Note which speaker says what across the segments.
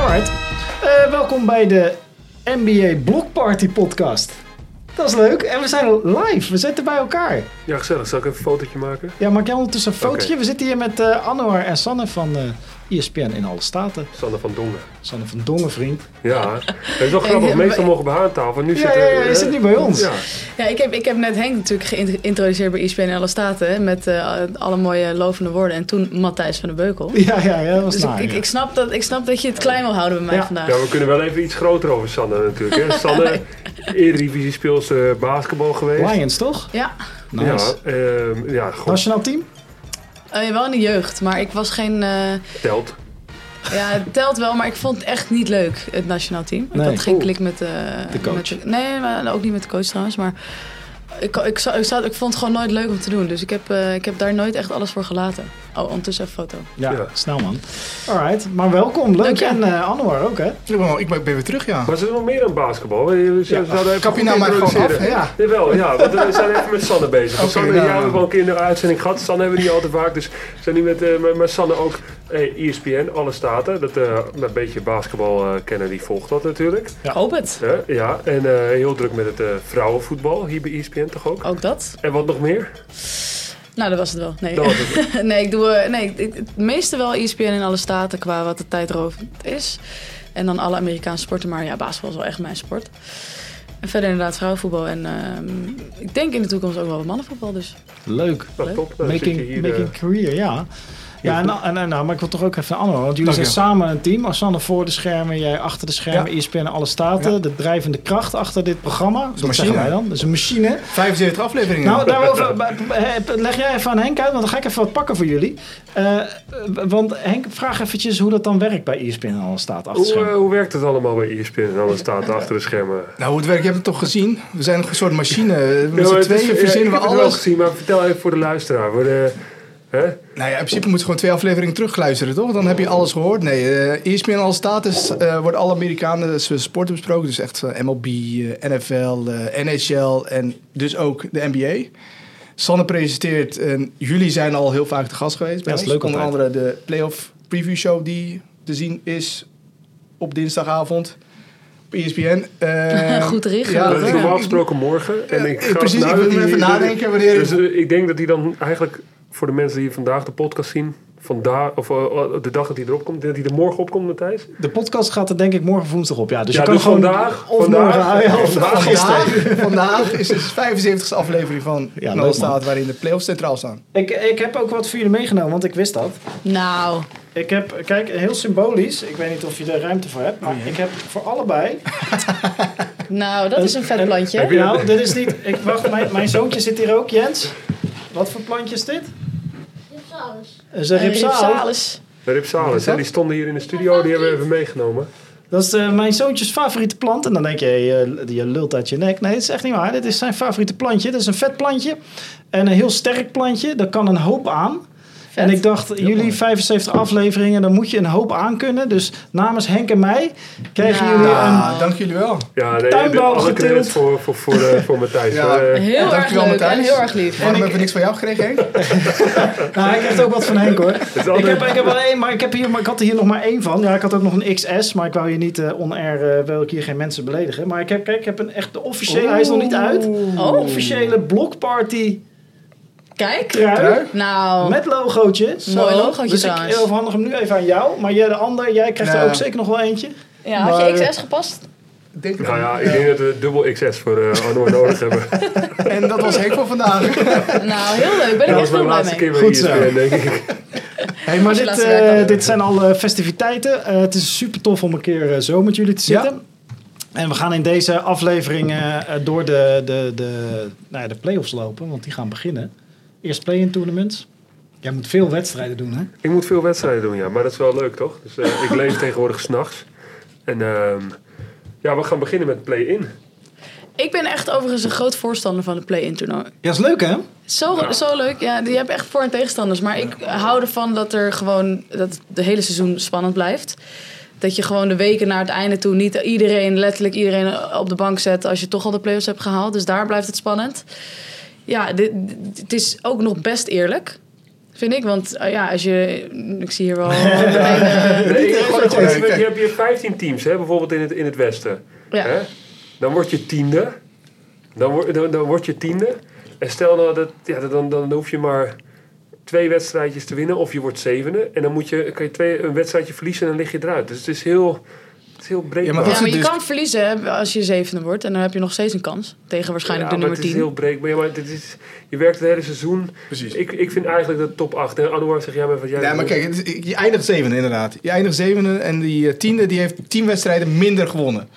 Speaker 1: Alright. Eh, welkom bij de NBA Block Party podcast. Dat is leuk. En we zijn live. We zitten bij elkaar.
Speaker 2: Ja, gezellig. Zal ik even een fotootje maken?
Speaker 1: Ja, maak jij ondertussen een
Speaker 2: Oké.
Speaker 1: fotootje? We zitten hier met eh Anouar en Sanne van eh ESPN in alle staten.
Speaker 2: Sander van Dongen.
Speaker 1: Sanne van Dongen, vriend.
Speaker 2: Ja, het is wel grappig.
Speaker 3: ja,
Speaker 2: Meestal
Speaker 3: maar-
Speaker 2: mogen bij haar aan tafel. Nu
Speaker 1: Ja,
Speaker 2: zitten,
Speaker 1: ja, ja, je
Speaker 2: eh,
Speaker 1: zit nu bij ons.
Speaker 2: Ja,
Speaker 3: Ja, ik heb, ik heb net Henk natuurlijk geïntroduceerd bij E ESPN in alle staten. hè, Met eh, alle mooie lovende woorden. En toen Matthijs van de Beukel.
Speaker 1: Ja, ja, ja, dat was
Speaker 3: Dus ik,
Speaker 1: naar.
Speaker 3: ik, ik, snap dat, ik snap dat je het klein wil houden bij mij
Speaker 1: Ja.
Speaker 3: vandaag.
Speaker 2: ja, we kunnen wel even iets groter over Sanne natuurlijk. Hè. Sanne, Eredivisie speelse basketbal geweest.
Speaker 1: Lions, toch?
Speaker 3: Ja,
Speaker 1: Nice.
Speaker 2: Ja, ehm, ja, goed,
Speaker 1: Nationaal team?
Speaker 3: Eh, wel in de jeugd. Maar ik was geen... eh,
Speaker 2: telt.
Speaker 3: ja, het telt wel, maar ik vond het echt niet leuk, het nationaal team.
Speaker 1: Nee.
Speaker 3: Ik had geen
Speaker 2: Oeh.
Speaker 3: klik met... eh,
Speaker 1: De coach.
Speaker 3: Met nee, maar ook niet met de coach trouwens. Maar ik, ik, zou- ik, zou- ik vond het gewoon nooit leuk om te doen. Dus ik heb, eh, ik heb daar nooit echt alles voor gelaten. Oh, ondertussen even foto.
Speaker 1: Ja,
Speaker 2: Ja.
Speaker 1: snel man. Alright, maar welkom. Leuk.
Speaker 3: Dank je.
Speaker 1: En eh, Anouar ook, hè?
Speaker 4: Jawel, ik ben ben weer terug, ja.
Speaker 2: Maar ze is nog meer dan basketbal. Ze
Speaker 1: Ja,
Speaker 2: zouden even
Speaker 4: kap je
Speaker 2: goed
Speaker 4: nou maar gewoon
Speaker 2: introduceren.
Speaker 4: af, hè?
Speaker 1: Ja.
Speaker 2: Jawel, ja, want we zijn even met Sanne bezig. Want
Speaker 4: Oké,
Speaker 2: Sanne,
Speaker 4: nou.
Speaker 2: jou hebben we al een keer in de uitzending gehad. Sanne hebben we niet al te vaak, dus we zijn nu met, eh, met, met Sanne ook eh ESPN, alle staten. Dat, eh, een beetje basketbal eh, kennen, die volgt dat natuurlijk.
Speaker 1: Ja.
Speaker 3: Ik hoop het.
Speaker 2: Hè, ja, en eh, heel druk met het eh, vrouwenvoetbal hier bij E ESPN toch ook.
Speaker 3: Ook dat.
Speaker 2: En wat nog meer?
Speaker 3: Nou, dat was het wel. Nee.
Speaker 2: Dat was het.
Speaker 3: Nee, ik doe eh, nee, ik- ik- het meeste wel ESPN in alle staten qua wat de tijdrovend is. En dan alle Amerikaanse sporten, maar ja, basketbal is wel echt mijn sport. En verder inderdaad vrouwenvoetbal en ehm, ik denk in de toekomst ook wel wat mannenvoetbal. Dus
Speaker 1: Leuk.
Speaker 2: Nou, top. Dan zit je
Speaker 1: Making,
Speaker 2: hier,
Speaker 1: making
Speaker 2: eh,
Speaker 1: career, ja. Ja, en, en, en- nou, maar ik wil toch ook even een ander. Want jullie zijn
Speaker 4: Dank je.
Speaker 1: samen een team. Assanne voor de schermen, jij achter de schermen. E
Speaker 4: Ja.
Speaker 1: ESPN en alle staten.
Speaker 4: Ja.
Speaker 1: De drijvende kracht achter dit programma. Dat
Speaker 4: machine.
Speaker 1: zeggen wij dan. Dat is een machine.
Speaker 4: 75 afleveringen.
Speaker 1: Nou, daarover b- b- eh, leg jij even aan Henk uit. Want dan ga ik even wat pakken voor jullie. Eh, eh, want Henk, vraag eventjes hoe dat dan werkt bij E ESPN en alle staten achter de
Speaker 2: Hoe, eh,
Speaker 1: schermen.
Speaker 2: hoe werkt het allemaal bij E ESPN en alle staten achter de schermen?
Speaker 4: nou, hoe het werkt, je hebt het toch gezien? We zijn een soort machine. Met
Speaker 2: Ja,
Speaker 4: z'n
Speaker 2: maar het is-
Speaker 4: tweeën
Speaker 2: ja,
Speaker 4: verzinnen we
Speaker 2: ik heb het wel
Speaker 4: alles.
Speaker 2: gezien, maar vertel even voor de luisteraar. Voor de, hè?
Speaker 4: Nou ja, in principe moet je gewoon twee afleveringen terugluisteren, toch? Dan heb je alles gehoord. Nee, eh ESPN All Status eh wordt alle Amerikaanse sporten besproken. Dus echt eh, MLB, eh, NFL, eh, NHL en dus ook de NBA. Sanne presenteert en jullie zijn al heel vaak te gast geweest. Bij
Speaker 1: Ja, dat is
Speaker 4: ons.
Speaker 1: leuk
Speaker 4: Onder
Speaker 1: altijd.
Speaker 4: andere de playoff preview show die te zien is op dinsdagavond op E ESPN. Eh,
Speaker 3: Goed richten,
Speaker 4: ja,
Speaker 2: dat is
Speaker 4: ja.
Speaker 2: normaal gesproken morgen. En ik
Speaker 4: eh,
Speaker 2: ga
Speaker 4: precies,
Speaker 2: ervan uit
Speaker 4: ik wil
Speaker 2: dat
Speaker 4: er even
Speaker 2: die- dat-
Speaker 4: nadenken wanneer-
Speaker 2: Dus eh, ik denk dat hij dan eigenlijk voor de mensen die vandaag de podcast zien, vandaag, of eh, de dag dat hij erop komt, dat hij er morgen op komt, Matthijs.
Speaker 1: De podcast gaat er denk ik morgen woensdag op. Ja, dus
Speaker 2: Ja,
Speaker 1: je kan
Speaker 2: dus
Speaker 1: gewoon
Speaker 2: vandaag,
Speaker 1: of
Speaker 2: vandaag,
Speaker 1: morgen ja, of- of gisteren.
Speaker 4: Vandaag, vandaag is het 75ste aflevering van
Speaker 1: Ja,
Speaker 4: ja,
Speaker 1: leuk, man.
Speaker 4: Staat, waarin de playoffs centraal staan.
Speaker 1: Ik, ik heb ook wat voor jullie meegenomen, want ik wist dat.
Speaker 3: nou,
Speaker 1: Ik heb, kijk, heel symbolisch. Ik weet niet of je daar ruimte voor hebt, maar ik heb voor allebei.
Speaker 3: nou, dat is een vet plantje.
Speaker 2: je-
Speaker 1: Nou, dit is niet. Ik wacht, mijn, mijn zoontje zit hier ook, Jens. Wat voor plantje is dit? Dat is een
Speaker 3: Een
Speaker 1: ripsaal.
Speaker 3: Eh, Ripsalis.
Speaker 2: Rip Salens, hè, die stonden hier in de studio, die hebben we even meegenomen.
Speaker 1: Dat is eh, mijn zoontjes favoriete plant. En dan denk je, eh, je, je lult uit je nek. Nee, dit is echt niet waar. Dit is zijn favoriete plantje. Dit is een vet plantje. En een heel sterk plantje. Daar kan een hoop aan. En ik dacht, jullie 75 afleveringen, dan moet je een hoop aan kunnen. Dus namens Henk en mij krijgen
Speaker 3: Ja.
Speaker 1: jullie een
Speaker 4: Ah, dank jullie wel.
Speaker 2: Ja, nee,
Speaker 1: Tuinbouw
Speaker 2: alle
Speaker 1: getild.
Speaker 2: credits voor, voor, voor, eh, voor Matthijs.
Speaker 4: Ja.
Speaker 2: hoor. Eh,
Speaker 3: Heel erg
Speaker 4: Dankjewel,
Speaker 3: leuk en
Speaker 4: Matthijs.
Speaker 3: heel erg lief.
Speaker 4: Waarom hebben we niks van jou gekregen, Henk?
Speaker 1: Nou, ik heb er ook wat van Henk hoor.
Speaker 2: is
Speaker 1: Ik
Speaker 2: altijd-
Speaker 1: heb, ik heb wel één, maar ik, heb hier, maar ik had er hier nog maar één van. Ja, ik had ook nog een XS, maar ik wou hier niet eh on-air, eh, wil ik hier geen mensen beledigen. Maar ik heb, kijk, ik heb een echt de officiële, hij is nog niet uit.
Speaker 3: Oh,
Speaker 1: Officiële blokparty
Speaker 3: kijk.
Speaker 1: trui.
Speaker 3: Nou,
Speaker 1: Met logootje.
Speaker 3: Mooi logootje
Speaker 1: Dus ik
Speaker 3: trouwens.
Speaker 1: overhandig hem nu even aan jou. Maar jij de ander, jij krijgt er
Speaker 4: Ja.
Speaker 1: ook zeker nog wel eentje.
Speaker 3: ja, had je
Speaker 4: maar, eh,
Speaker 3: XS gepast?
Speaker 4: Ik Denk
Speaker 2: nou ja, ik denk dat we dubbel XS voor eh Arno nodig hebben.
Speaker 4: En dat was Henk voor vandaag.
Speaker 3: Nou, heel leuk. Ben
Speaker 2: dat
Speaker 3: ik echt
Speaker 2: was mijn
Speaker 3: heel blij
Speaker 2: laatste keer
Speaker 3: mee.
Speaker 2: bij E
Speaker 1: Goed zo.
Speaker 2: ESPN, denk ik.
Speaker 1: Hey, maar
Speaker 3: Als je
Speaker 1: dit,
Speaker 3: laatste werk
Speaker 1: eh,
Speaker 3: had het.
Speaker 1: dit zijn alle festiviteiten. Eh, het is super tof om een keer eh, zo met jullie te
Speaker 4: Ja.
Speaker 1: zitten. En we gaan in deze aflevering eh, eh, door de, de, de, nou ja, de play-offs lopen, want die gaan beginnen. Eerst play-in tournaments. Jij moet veel wedstrijden doen, hè?
Speaker 2: Ik moet veel wedstrijden doen, ja. Maar dat is wel leuk, toch? Dus eh, ik leef tegenwoordig s'nachts. En ehm, ja, we gaan beginnen met play-in.
Speaker 3: Ik ben echt overigens een groot voorstander van de play-in toernooi.
Speaker 1: Ja, is leuk, hè?
Speaker 3: Zo, zo leuk. Ja, je hebt echt voor- en tegenstanders. Maar ik hou ervan dat er gewoon dat het de hele seizoen spannend blijft. Dat je gewoon de weken naar het einde toe niet iedereen, letterlijk iedereen op de bank zet als je toch al de playoffs hebt gehaald. Dus daar blijft het spannend. Ja, dit, dit- het is ook nog best eerlijk. Vind ik, want eh, ja, als je... Ik zie hier wel...
Speaker 2: Nee, ik-
Speaker 4: even
Speaker 2: gewoon- gewoon
Speaker 4: kijken.
Speaker 2: even- je hebt hier 15 teams, hè, bijvoorbeeld in het, in het Westen.
Speaker 3: Ja.
Speaker 2: Hè? Dan word je tiende. Dan, wor- dan, dan word je tiende. En stel nou dat, ja, dat- dan, dan hoef je maar twee wedstrijdjes te winnen, of je wordt zevende. En dan moet je, kan je twee, een wedstrijdje verliezen en dan lig je eruit. Dus het is heel, het is heel breekbaar.
Speaker 4: Ja, maar dat
Speaker 3: Ja,
Speaker 4: is
Speaker 3: maar je
Speaker 4: dus-
Speaker 3: kan verliezen hè, als je zevende wordt. En dan heb je nog steeds een kans. Tegen waarschijnlijk
Speaker 2: Ja,
Speaker 3: de
Speaker 2: maar
Speaker 3: nummer
Speaker 2: Het is
Speaker 3: 10.
Speaker 2: heel breekbaar. Ja, maar dit is, je werkt het hele seizoen.
Speaker 4: Precies.
Speaker 2: Dus Ik, ik vind eigenlijk dat top 8. En Anouar zegt, ja, maar wat jij...
Speaker 4: Ja, maar kijk, het is- je eindigt zevende inderdaad. Je eindigt zevende en die eh, tiende die heeft tien wedstrijden minder gewonnen.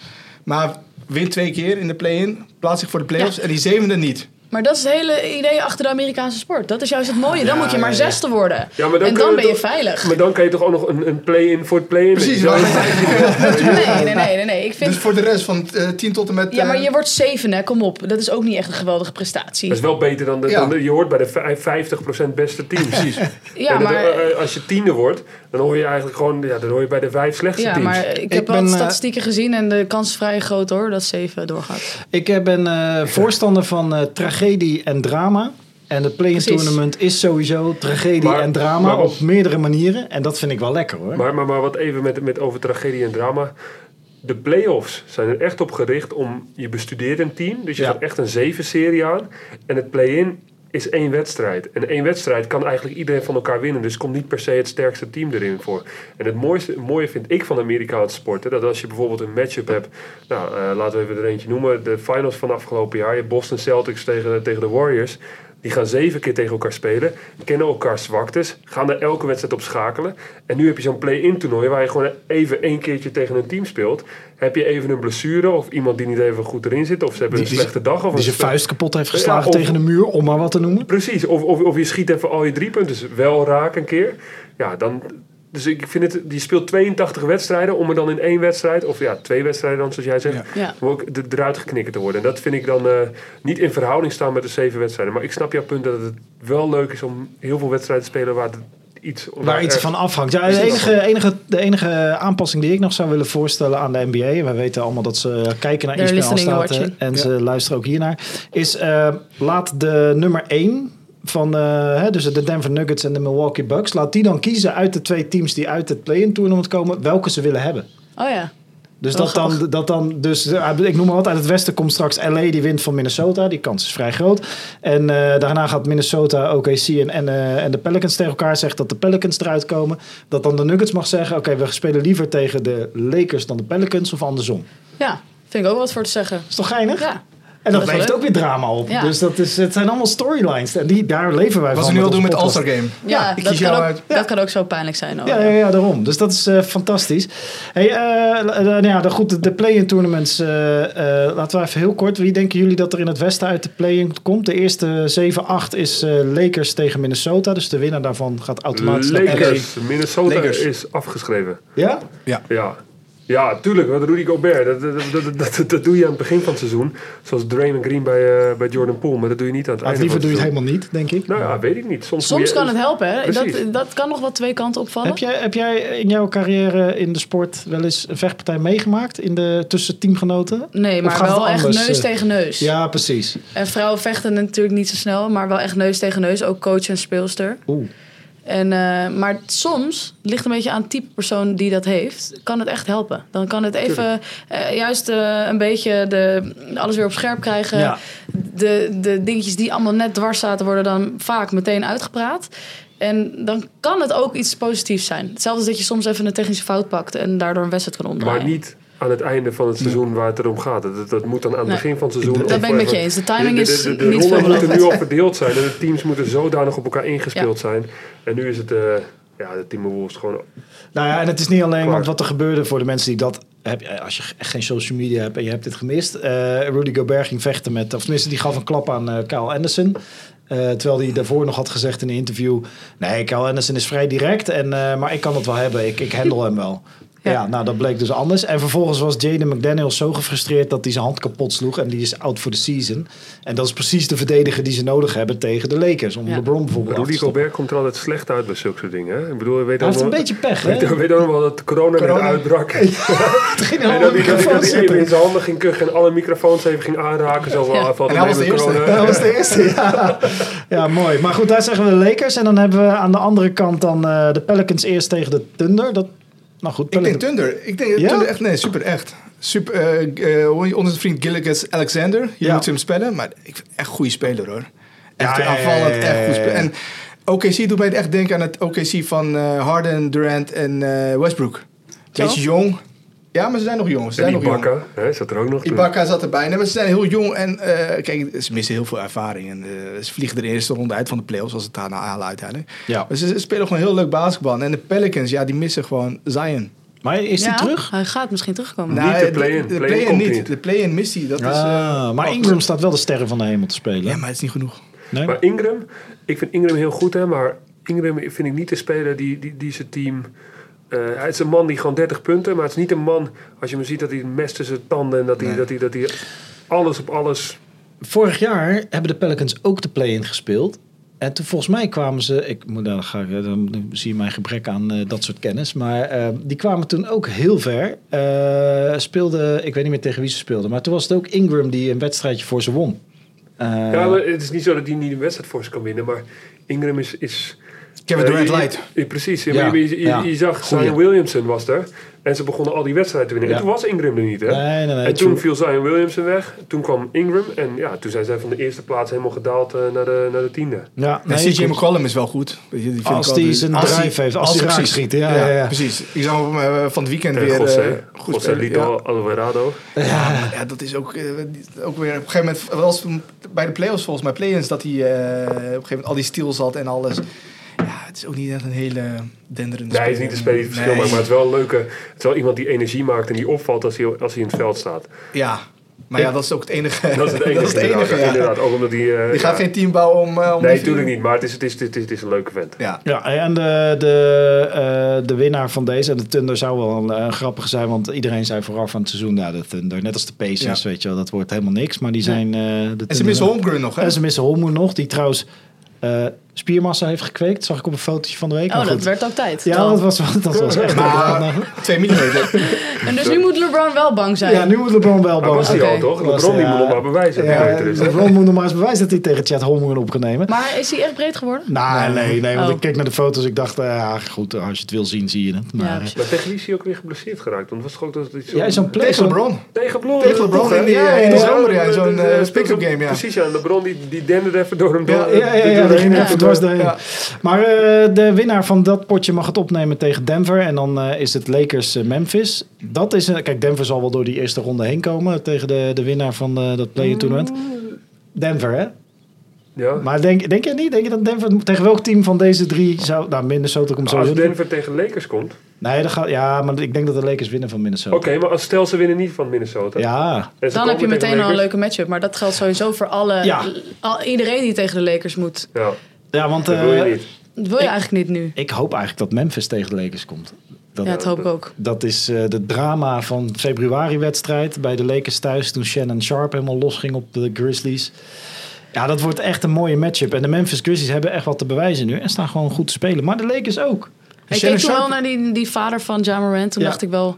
Speaker 4: Maar wint twee keer in de play-in, plaatst zich voor de play-offs
Speaker 3: Ja.
Speaker 4: en die zevende niet.
Speaker 3: Maar dat is het hele idee achter de Amerikaanse sport. Dat is juist het mooie. Dan
Speaker 4: Ja,
Speaker 3: moet je maar
Speaker 4: ja, ja.
Speaker 3: zesde worden.
Speaker 2: Ja, maar dan
Speaker 3: en
Speaker 2: kun
Speaker 3: dan
Speaker 2: je
Speaker 3: ben je
Speaker 2: toch-
Speaker 3: veilig.
Speaker 2: Maar dan kan je toch ook nog een, een play-in voor het play-in.
Speaker 4: Precies,
Speaker 2: Zo-
Speaker 4: maar-
Speaker 3: Nee, nee, nee, nee, nee. Ik vind...
Speaker 4: dus voor de rest van eh, tien tot en met...
Speaker 3: Ja, maar
Speaker 4: eh,
Speaker 3: je wordt zevende. Kom op. Dat is ook niet echt een geweldige prestatie.
Speaker 2: Dat is wel beter dan, de,
Speaker 4: Ja.
Speaker 2: dan de- je hoort bij de vij- 50% beste team. Precies.
Speaker 3: Ja,
Speaker 2: dat-
Speaker 3: maar...
Speaker 2: eh, als je tiende wordt, dan hoor je eigenlijk gewoon, ja, dan hoor je bij de vijf slechtste
Speaker 3: Ja,
Speaker 2: teams.
Speaker 3: maar ik heb
Speaker 1: Ik
Speaker 3: wel
Speaker 1: ben,
Speaker 3: de
Speaker 1: eh,
Speaker 3: statistieken gezien en de kans is vrij groot hoor dat 7 doorgaat.
Speaker 1: Ik eh, ben eh, voorstander van eh, tragedie en drama. En het play-in
Speaker 3: Precies.
Speaker 1: tournament is sowieso tragedie
Speaker 2: Maar-
Speaker 1: en drama
Speaker 2: maar
Speaker 1: op meerdere manieren. En dat vind ik wel lekker hoor.
Speaker 2: Maar, maar, maar wat even met, met over tragedie en drama. De play-offs zijn er echt op gericht om... Je bestudeert een team, dus je
Speaker 1: Ja.
Speaker 2: gaat echt een zeven-serie aan. En het play-in is één wedstrijd. En één wedstrijd kan eigenlijk iedereen van elkaar winnen. Dus komt niet per se het sterkste team erin voor. En het mooiste, mooie vind ik van de Amerikaanse sporten... dat als je bijvoorbeeld een matchup hebt... Nou, eh, laten we even er eentje noemen. De finals van afgelopen jaar. Je hebt Boston Celtics tegen, tegen de Warriors. Die gaan zeven keer tegen elkaar spelen. Kennen elkaar zwaktes. Gaan er elke wedstrijd op schakelen. En nu heb je zo'n play-in toernooi waar je gewoon even één keertje tegen een team speelt. Heb je even een blessure of iemand die niet even goed erin zit. Of ze hebben een
Speaker 1: Die-
Speaker 2: slechte dag. Of
Speaker 1: Die
Speaker 2: een
Speaker 1: zijn
Speaker 2: sle-
Speaker 1: vuist kapot heeft geslagen
Speaker 2: Ja, of-
Speaker 1: tegen de muur, om maar wat te noemen.
Speaker 2: Precies. Of, of, of je schiet even al je drie punten dus wel raak een keer. Ja, dan... Dus ik vind het, die speelt 82 wedstrijden om er dan in één wedstrijd, of ja, twee wedstrijden dan, zoals jij zegt,
Speaker 4: Ja.
Speaker 3: Ja.
Speaker 2: om ook d- eruit geknikken te worden. En dat vind ik dan eh, niet in verhouding staan met de zeven wedstrijden. Maar ik snap jouw punt dat het wel leuk is om heel veel wedstrijden te spelen waar het iets...
Speaker 1: Waar iets
Speaker 2: er-
Speaker 1: van afhangt. Ja, de,
Speaker 2: Precies.
Speaker 1: enige, enige, de enige aanpassing die ik nog zou willen voorstellen aan de NBA. We weten allemaal dat ze kijken naar E
Speaker 3: They're
Speaker 1: ESPN
Speaker 3: listening and
Speaker 1: Alstaten
Speaker 3: watching.
Speaker 1: en ze luisteren ook hiernaar. Is eh, laat de nummer 1 van eh, hè, dus de Denver Nuggets en de Milwaukee Bucks. Laat die dan kiezen uit de twee teams die uit het play-in tournament komen. Welke ze willen hebben.
Speaker 3: Oh ja.
Speaker 1: Dus
Speaker 3: Wel
Speaker 1: dat dan,
Speaker 3: grappig.
Speaker 1: dat dan dus, eh, ik noem maar wat, uit het westen komt straks LA, die wint van Minnesota. Die kans is vrij groot. En eh, daarna gaat Minnesota, OKC en, en, eh, en de Pelicans tegen elkaar zeggen dat de Pelicans eruit komen. Dat dan de Nuggets mag zeggen, oké, we spelen liever tegen de Lakers dan de Pelicans of andersom.
Speaker 3: Ja, vind ik ook wat voor te zeggen.
Speaker 1: Is toch geinig?
Speaker 3: Ja.
Speaker 1: En
Speaker 3: Dat
Speaker 1: dat
Speaker 3: is wel
Speaker 1: levert
Speaker 3: leuk.
Speaker 1: ook weer drama op.
Speaker 3: Ja.
Speaker 1: Dus dat is, het zijn allemaal storylines. En die, daar leven wij van.
Speaker 4: Wat we nu al doen met
Speaker 1: onze
Speaker 4: All-Star Game.
Speaker 3: Ja,
Speaker 4: ik
Speaker 3: dat,
Speaker 4: kies jou
Speaker 3: kan ook,
Speaker 4: uit.
Speaker 1: Ja.
Speaker 3: dat kan ook zo pijnlijk zijn. hoor.
Speaker 1: Ja, ja, ja, daarom. Dus dat is eh, fantastisch. Hey, eh, l- eh, nou ja, de, goed, de- de play-in tournaments. eh, eh, laten we even heel kort. Wie denken jullie dat er in het westen uit de play-in komt? De eerste 7-8 is eh, Lakers tegen Minnesota. Dus de winnaar daarvan gaat automatisch naar de
Speaker 2: Lakers. Minnesota
Speaker 4: Lakers.
Speaker 2: is afgeschreven.
Speaker 1: Ja?
Speaker 2: Ja. Ja, tuurlijk. Wat Rudy Gobert. Dat, dat, dat, dat, dat doe je aan het begin van het seizoen. Zoals Draymond Green bij, eh, bij Jordan Poole. Maar dat doe je niet aan het
Speaker 1: Nou, het
Speaker 2: einde van
Speaker 1: liever
Speaker 2: het
Speaker 1: doe je het
Speaker 2: seizoen.
Speaker 1: helemaal niet, denk ik.
Speaker 2: Nou ja, weet ik niet. Soms, moet
Speaker 3: Soms
Speaker 2: je-
Speaker 3: kan het helpen. Hè?
Speaker 2: Precies.
Speaker 3: Dat, dat kan nog wel twee kanten opvallen.
Speaker 1: Heb jij, heb jij in jouw carrière in de sport wel eens een vechtpartij meegemaakt in de, tussen teamgenoten?
Speaker 3: Nee,
Speaker 1: Of
Speaker 3: maar
Speaker 1: gaat het
Speaker 3: wel echt
Speaker 1: anders,
Speaker 3: neus
Speaker 1: eh?
Speaker 3: tegen neus.
Speaker 1: Ja, precies.
Speaker 3: En vrouwen vechten natuurlijk niet zo snel, maar wel echt neus tegen neus. Ook coach en speelster.
Speaker 1: Oeh.
Speaker 3: En, eh, maar soms, het ligt een beetje aan het type persoon die dat heeft, kan het echt helpen. Dan kan het even eh, juist eh, een beetje de, alles weer op scherp krijgen.
Speaker 1: Ja.
Speaker 3: De, de dingetjes die allemaal net dwars zaten, worden dan vaak meteen uitgepraat. En dan kan het ook iets positiefs zijn. Hetzelfde als dat je soms even een technische fout pakt en daardoor een wedstrijd kan omdraaien.
Speaker 2: Maar niet aan het einde van het seizoen waar het erom gaat. Dat, dat moet dan aan het
Speaker 3: Nee.
Speaker 2: begin van het seizoen...
Speaker 3: Dat ben ik
Speaker 2: of-
Speaker 3: met je eens. De timing is
Speaker 2: De, de,
Speaker 3: niet
Speaker 2: rollen
Speaker 3: veelbelovend.
Speaker 2: moeten nu al verdeeld zijn. En de teams moeten zodanig op elkaar ingespeeld zijn. En nu is het... eh, ja, de Timberwolves gewoon...
Speaker 1: Nou ja, en het is niet alleen,
Speaker 2: Klaar.
Speaker 1: want wat er gebeurde voor de mensen die dat heb, eh, als je echt geen social media hebt en je hebt dit gemist. eh, Rudy Gobert ging vechten met, of tenminste, die gaf een klap aan eh Kyle Anderson. Eh, terwijl hij daarvoor nog had gezegd in een interview: Nee, Kyle Anderson is vrij direct, en, eh, maar ik kan het wel hebben, ik, ik handle hem wel. Ja.
Speaker 3: Ja.
Speaker 1: nou dat bleek dus anders. En vervolgens was Jaden McDaniels zo gefrustreerd dat hij zijn hand kapot sloeg. En die is out for the season. En dat is precies de verdediger die ze nodig hebben tegen de Lakers. Om
Speaker 3: Ja.
Speaker 1: LeBron bijvoorbeeld af te
Speaker 2: Rudy
Speaker 1: stoppen.
Speaker 2: Gobert komt er altijd slecht uit bij zulke soort dingen. hè? Ik bedoel, je weet
Speaker 1: Hij heeft een
Speaker 2: allemaal-
Speaker 1: beetje pech, hè?
Speaker 2: Ik weet ook nog wel dat corona, net
Speaker 4: Corona.
Speaker 2: uitbrak.
Speaker 1: Het ging
Speaker 4: Oh,
Speaker 2: En
Speaker 1: helemaal
Speaker 2: dat
Speaker 1: aan de
Speaker 2: hij dat hij-
Speaker 1: microfoon
Speaker 2: dat hij even in
Speaker 1: zitten.
Speaker 2: zijn handen ging kuchen en alle microfoons even ging aanraken. Zo van,
Speaker 3: Ja.
Speaker 2: ah, valt
Speaker 4: En
Speaker 2: mee
Speaker 4: hij was de
Speaker 2: met
Speaker 4: eerste.
Speaker 2: corona.
Speaker 1: Dat was de eerste, ja. ja, mooi. Maar goed, daar zeggen we de Lakers. En dan hebben we aan de andere kant dan eh, de Pelicans eerst tegen de Thunder. Dat, nou goed,
Speaker 4: Ik denk
Speaker 1: Pelicans-
Speaker 4: Thunder. Ik denk
Speaker 1: Ja?
Speaker 4: Thunder echt, nee, super echt. Super, eh, eh, hoe- onze vriend Gilligas Alexander, je
Speaker 1: Ja.
Speaker 4: moet hem spellen, maar ik vind echt goede speler hoor. Echt
Speaker 1: Ja, ja, ja,
Speaker 4: aanvallend,
Speaker 1: ja, ja,
Speaker 4: echt goed speler.
Speaker 1: ja.
Speaker 4: En OKC doet mij echt denken aan het OKC van eh, Harden, Durant en eh, Westbrook. Beetje jong. Ja, maar ze zijn nog jong. Ze zijn
Speaker 2: En
Speaker 4: nog jong.
Speaker 2: Ibaka, hè, zat er ook nog. toen.
Speaker 4: Ibaka zat erbij. Nee, maar ze zijn heel jong en eh, kijk, ze missen heel veel ervaring. En, eh, ze vliegen de eerste ronde uit van de playoffs als ze het daarna halen uiteindelijk.
Speaker 1: Ja.
Speaker 4: Maar ze ze spelen gewoon heel leuk basketbal. En de Pelicans, ja, die missen gewoon Zion.
Speaker 1: Maar is die
Speaker 3: Ja,
Speaker 1: terug?
Speaker 3: Hij gaat misschien terugkomen.
Speaker 2: Nou, Niet de play-in.
Speaker 4: De, de
Speaker 2: Play-in
Speaker 4: play-in
Speaker 2: komt
Speaker 4: niet.
Speaker 2: hij niet.
Speaker 4: De play-in mist hij. Dat is,
Speaker 1: Ah,
Speaker 4: eh,
Speaker 1: maar
Speaker 4: wat-
Speaker 1: Ingram staat wel de sterren van de hemel te spelen.
Speaker 4: Ja, maar het is niet genoeg.
Speaker 1: nee?
Speaker 2: Maar Ingram, ik vind Ingram heel goed, hè, maar Ingram vind ik niet de speler die, die, die zijn team. eh, hij is een man die gewoon 30 punten, maar het is niet een man. Als je hem ziet dat hij mes tussen de tanden en dat hij,
Speaker 4: Nee.
Speaker 2: dat hij, dat hij alles op alles.
Speaker 1: Vorig jaar hebben de Pelicans ook de play-in gespeeld. En toen volgens mij kwamen ze, ik moet daar ga ik, dan zie je mijn gebrek aan eh, dat soort kennis, maar eh, die kwamen toen ook heel ver. Eh speelde, ik weet niet meer tegen wie ze speelden, maar toen was het ook Ingram die een wedstrijdje voor ze won. Eh,
Speaker 2: ja, maar het is niet zo dat hij niet een wedstrijd voor ze kan winnen, maar Ingram is. is
Speaker 4: Kevin
Speaker 2: eh,
Speaker 4: Durant
Speaker 2: je-
Speaker 4: light.
Speaker 2: je- precies, ja,
Speaker 1: Ja,
Speaker 2: maar je, je,
Speaker 1: ja.
Speaker 2: je zag
Speaker 1: Goeie.
Speaker 2: Zion Williamson was er en ze begonnen al die wedstrijden te winnen.
Speaker 1: Ja.
Speaker 2: En toen was Ingram er niet, hè?
Speaker 1: nee, nee, nee.
Speaker 2: En toen
Speaker 1: true.
Speaker 2: viel Zion Williamson weg, toen kwam Ingram en ja, toen zijn zij van de eerste plaats helemaal gedaald eh, naar, de, naar de tiende.
Speaker 1: ja,
Speaker 4: En
Speaker 1: nee,
Speaker 4: CJ
Speaker 1: klopt.
Speaker 4: McCollum is wel goed. Weet je, die vind
Speaker 1: Als
Speaker 4: ik
Speaker 1: die
Speaker 4: altijd-
Speaker 1: zijn
Speaker 4: als
Speaker 1: drive
Speaker 4: die-
Speaker 1: heeft, als die raak
Speaker 4: precies.
Speaker 1: schiet, ja, ja, ja.
Speaker 4: Precies. Ik zag hem eh, van het weekend
Speaker 2: En
Speaker 4: weer
Speaker 2: José,
Speaker 4: eh, goed
Speaker 2: José
Speaker 4: spelen.
Speaker 2: Lido
Speaker 4: Ja.
Speaker 2: Alvarado.
Speaker 4: Ja, maar ja, dat is ook, eh, die- ook weer op een gegeven moment... Was hem bij de playoffs volgens mij, play-ins, dat hij eh, op een gegeven moment al die steals had en alles. Ja, het is ook niet echt een hele denderende
Speaker 2: Nee, hij is niet de speler die het verschil maakt, maar het is wel een leuke... Het is wel iemand die energie maakt en die opvalt als hij, als hij in het veld staat.
Speaker 4: Ja, maar ja, dat is ook het enige.
Speaker 2: Dat is het enige,
Speaker 4: dat is het
Speaker 2: inderdaad.
Speaker 4: enige, ja.
Speaker 2: Inderdaad, ook omdat hij... eh,
Speaker 4: Je gaat
Speaker 2: ja.
Speaker 4: geen team bouwen om... eh, om
Speaker 2: Nee,
Speaker 4: die-
Speaker 2: natuurlijk niet, maar het is, het, is, het, is, het is een leuke vent.
Speaker 4: Ja.
Speaker 1: Ja, en de, de, eh, de winnaar van deze, en de Thunder zou wel een, eh, grappig zijn, want iedereen zei vooraf aan het seizoen, nou, de Thunder, net als de Pacers, weet je wel, dat wordt helemaal niks, maar die zijn... eh, de
Speaker 4: En ze
Speaker 1: Thunder-
Speaker 4: missen Holmgren nog, hè?
Speaker 1: En ze missen Holmoe nog, die trouwens eh, spiermassa heeft gekweekt. Zag ik op een fotootje van de week.
Speaker 3: Oh,
Speaker 1: maar
Speaker 3: dat
Speaker 1: goed.
Speaker 3: werd ook tijd.
Speaker 1: Ja, dat was, dat was nou, echt...
Speaker 4: Maar 2 mm.
Speaker 3: En dus nu moet LeBron wel bang zijn.
Speaker 1: Ja, nu moet LeBron wel
Speaker 2: Maar was
Speaker 1: boos
Speaker 2: hij
Speaker 3: Oké.
Speaker 2: al, toch?
Speaker 1: Was
Speaker 2: LeBron die
Speaker 1: hij,
Speaker 2: moet nog
Speaker 1: ja.
Speaker 2: maar bewijzen.
Speaker 1: Ja,
Speaker 2: Ja, dus, hè?
Speaker 1: LeBron moet nog maar eens bewijzen dat hij tegen Chad Holmoe had opgenomen.
Speaker 3: Maar is hij echt breed geworden?
Speaker 1: Nou, nee, nee, want
Speaker 3: Oh.
Speaker 1: ik keek naar de foto's. Ik dacht, eh, ja, goed, als je het wil zien, zie je het. Maar, eh,
Speaker 3: precies.
Speaker 2: maar tegen wie is hij ook weer geblesseerd geraakt? Want het was toch ook dat het iets...
Speaker 1: ja, zo'n play-
Speaker 4: Tegen
Speaker 1: zo'n-
Speaker 4: LeBron.
Speaker 2: Tegen LeBron.
Speaker 4: Tegen LeBron
Speaker 2: toch, hè?
Speaker 4: in die, eh,
Speaker 1: Ja,
Speaker 4: in de
Speaker 1: ja,
Speaker 4: zomer, ja.
Speaker 2: dat-
Speaker 4: Zo'n
Speaker 2: dat-
Speaker 4: eh,
Speaker 2: dat-
Speaker 4: pick-up
Speaker 2: dat-
Speaker 4: game, ja.
Speaker 2: Precies, ja. LeBron die, die denderde even door hem
Speaker 1: Ja,
Speaker 2: door.
Speaker 1: ja, ja,
Speaker 2: door-
Speaker 1: ja,
Speaker 2: door-
Speaker 1: dat ging
Speaker 2: door-
Speaker 1: even dwars doorheen.
Speaker 4: Ja.
Speaker 1: Maar eh, de winnaar van dat potje mag het opnemen tegen Denver. En dan eh, is het Lakers-Memphis. dat is een, kijk, Denver zal wel door die eerste ronde heen komen. Tegen de, de winnaar van eh, dat play-in toernooi. Denver, hè?
Speaker 2: Ja.
Speaker 1: Maar denk, denk je niet? Denk je dat Denver tegen welk team van deze drie zou... Nou, Minnesota komt
Speaker 2: Als
Speaker 1: sowieso... niet.
Speaker 2: Ah, Denver tegen Lakers komt...
Speaker 1: Nee, dat gaat, ja, maar ik denk dat de Lakers winnen van Minnesota.
Speaker 2: Oké, maar als stel ze winnen niet van Minnesota.
Speaker 1: Ja,
Speaker 2: En ze
Speaker 3: Dan heb je
Speaker 2: komen tegen
Speaker 3: meteen al een
Speaker 2: Lakers.
Speaker 3: leuke matchup. Maar dat geldt sowieso voor alle,
Speaker 1: Ja.
Speaker 3: al, iedereen die tegen de Lakers moet.
Speaker 2: Ja,
Speaker 1: Eh, ja want
Speaker 2: dat wil je
Speaker 1: eh,
Speaker 2: niet.
Speaker 3: Dat wil je
Speaker 1: Ik-
Speaker 3: eigenlijk niet nu.
Speaker 1: ik hoop eigenlijk dat Memphis tegen de Lakers komt. Dat,
Speaker 3: Ja, dat hoop ik ook.
Speaker 1: Dat is eh de drama van februari-wedstrijd bij de Lakers thuis. Toen Shannon Sharp helemaal losging op de Grizzlies. Ja, dat wordt echt een mooie matchup. En de Memphis Grizzlies hebben echt wat te bewijzen nu. En staan gewoon goed te spelen. Maar de Lakers ook.
Speaker 3: Ik keek
Speaker 4: Shannon
Speaker 3: toen wel
Speaker 4: Sharp-
Speaker 3: naar die, die vader van Ja Morant. Toen
Speaker 1: Ja.
Speaker 3: dacht ik wel...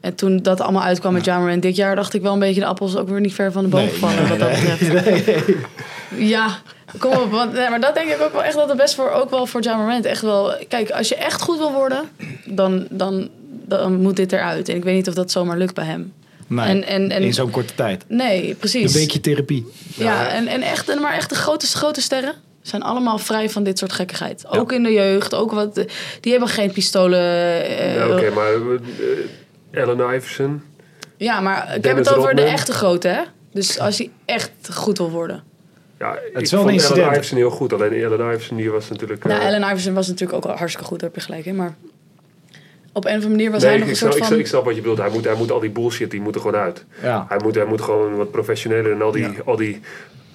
Speaker 3: En toen dat allemaal uitkwam met Ja Morant dit jaar... dacht ik wel een beetje de appels ook weer niet ver van de boom
Speaker 1: Nee,
Speaker 3: gevallen. wat dat betreft. Ja, kom op. Want, nee, maar dat denk ik ook wel echt dat het best voor, ook wel voor Ja Morant echt wel... Kijk, als je echt goed wil worden, dan, dan, dan moet dit eruit. En ik weet niet of dat zomaar lukt bij hem.
Speaker 1: Nee,
Speaker 3: En- en- en-
Speaker 1: in zo'n korte tijd.
Speaker 3: Nee,
Speaker 1: Een
Speaker 3: precies.
Speaker 1: beetje therapie.
Speaker 3: Ja, en, en echt, en maar echt de grote, grote sterren zijn allemaal vrij van dit soort gekkigheid. Ook in de jeugd, ook wat... Die hebben geen pistolen. eh,
Speaker 2: Ja, Oké, maar eh, Allen Iverson.
Speaker 3: Ja, maar ik heb
Speaker 2: Dennis
Speaker 3: het over de
Speaker 2: Rodman.
Speaker 3: echte grote, hè? Dus als hij echt goed wil worden.
Speaker 2: Ja, ik
Speaker 1: is wel een
Speaker 2: vond
Speaker 1: incident.
Speaker 2: Allen Iverson heel goed. Alleen Allen Iverson die was natuurlijk... eh,
Speaker 3: Nou, Allen Iverson was natuurlijk ook al hartstikke goed, daar heb je gelijk in. Maar op een of andere manier was
Speaker 2: nee,
Speaker 3: hij
Speaker 2: ik,
Speaker 3: nog een
Speaker 2: ik snap,
Speaker 3: soort
Speaker 2: ik,
Speaker 3: van...
Speaker 2: snap, ik snap wat je bedoelt. Hij moet, hij moet al die bullshit, die moeten gewoon uit.
Speaker 1: Ja.
Speaker 2: Hij moet, hij moet gewoon wat professioneler en al die, al die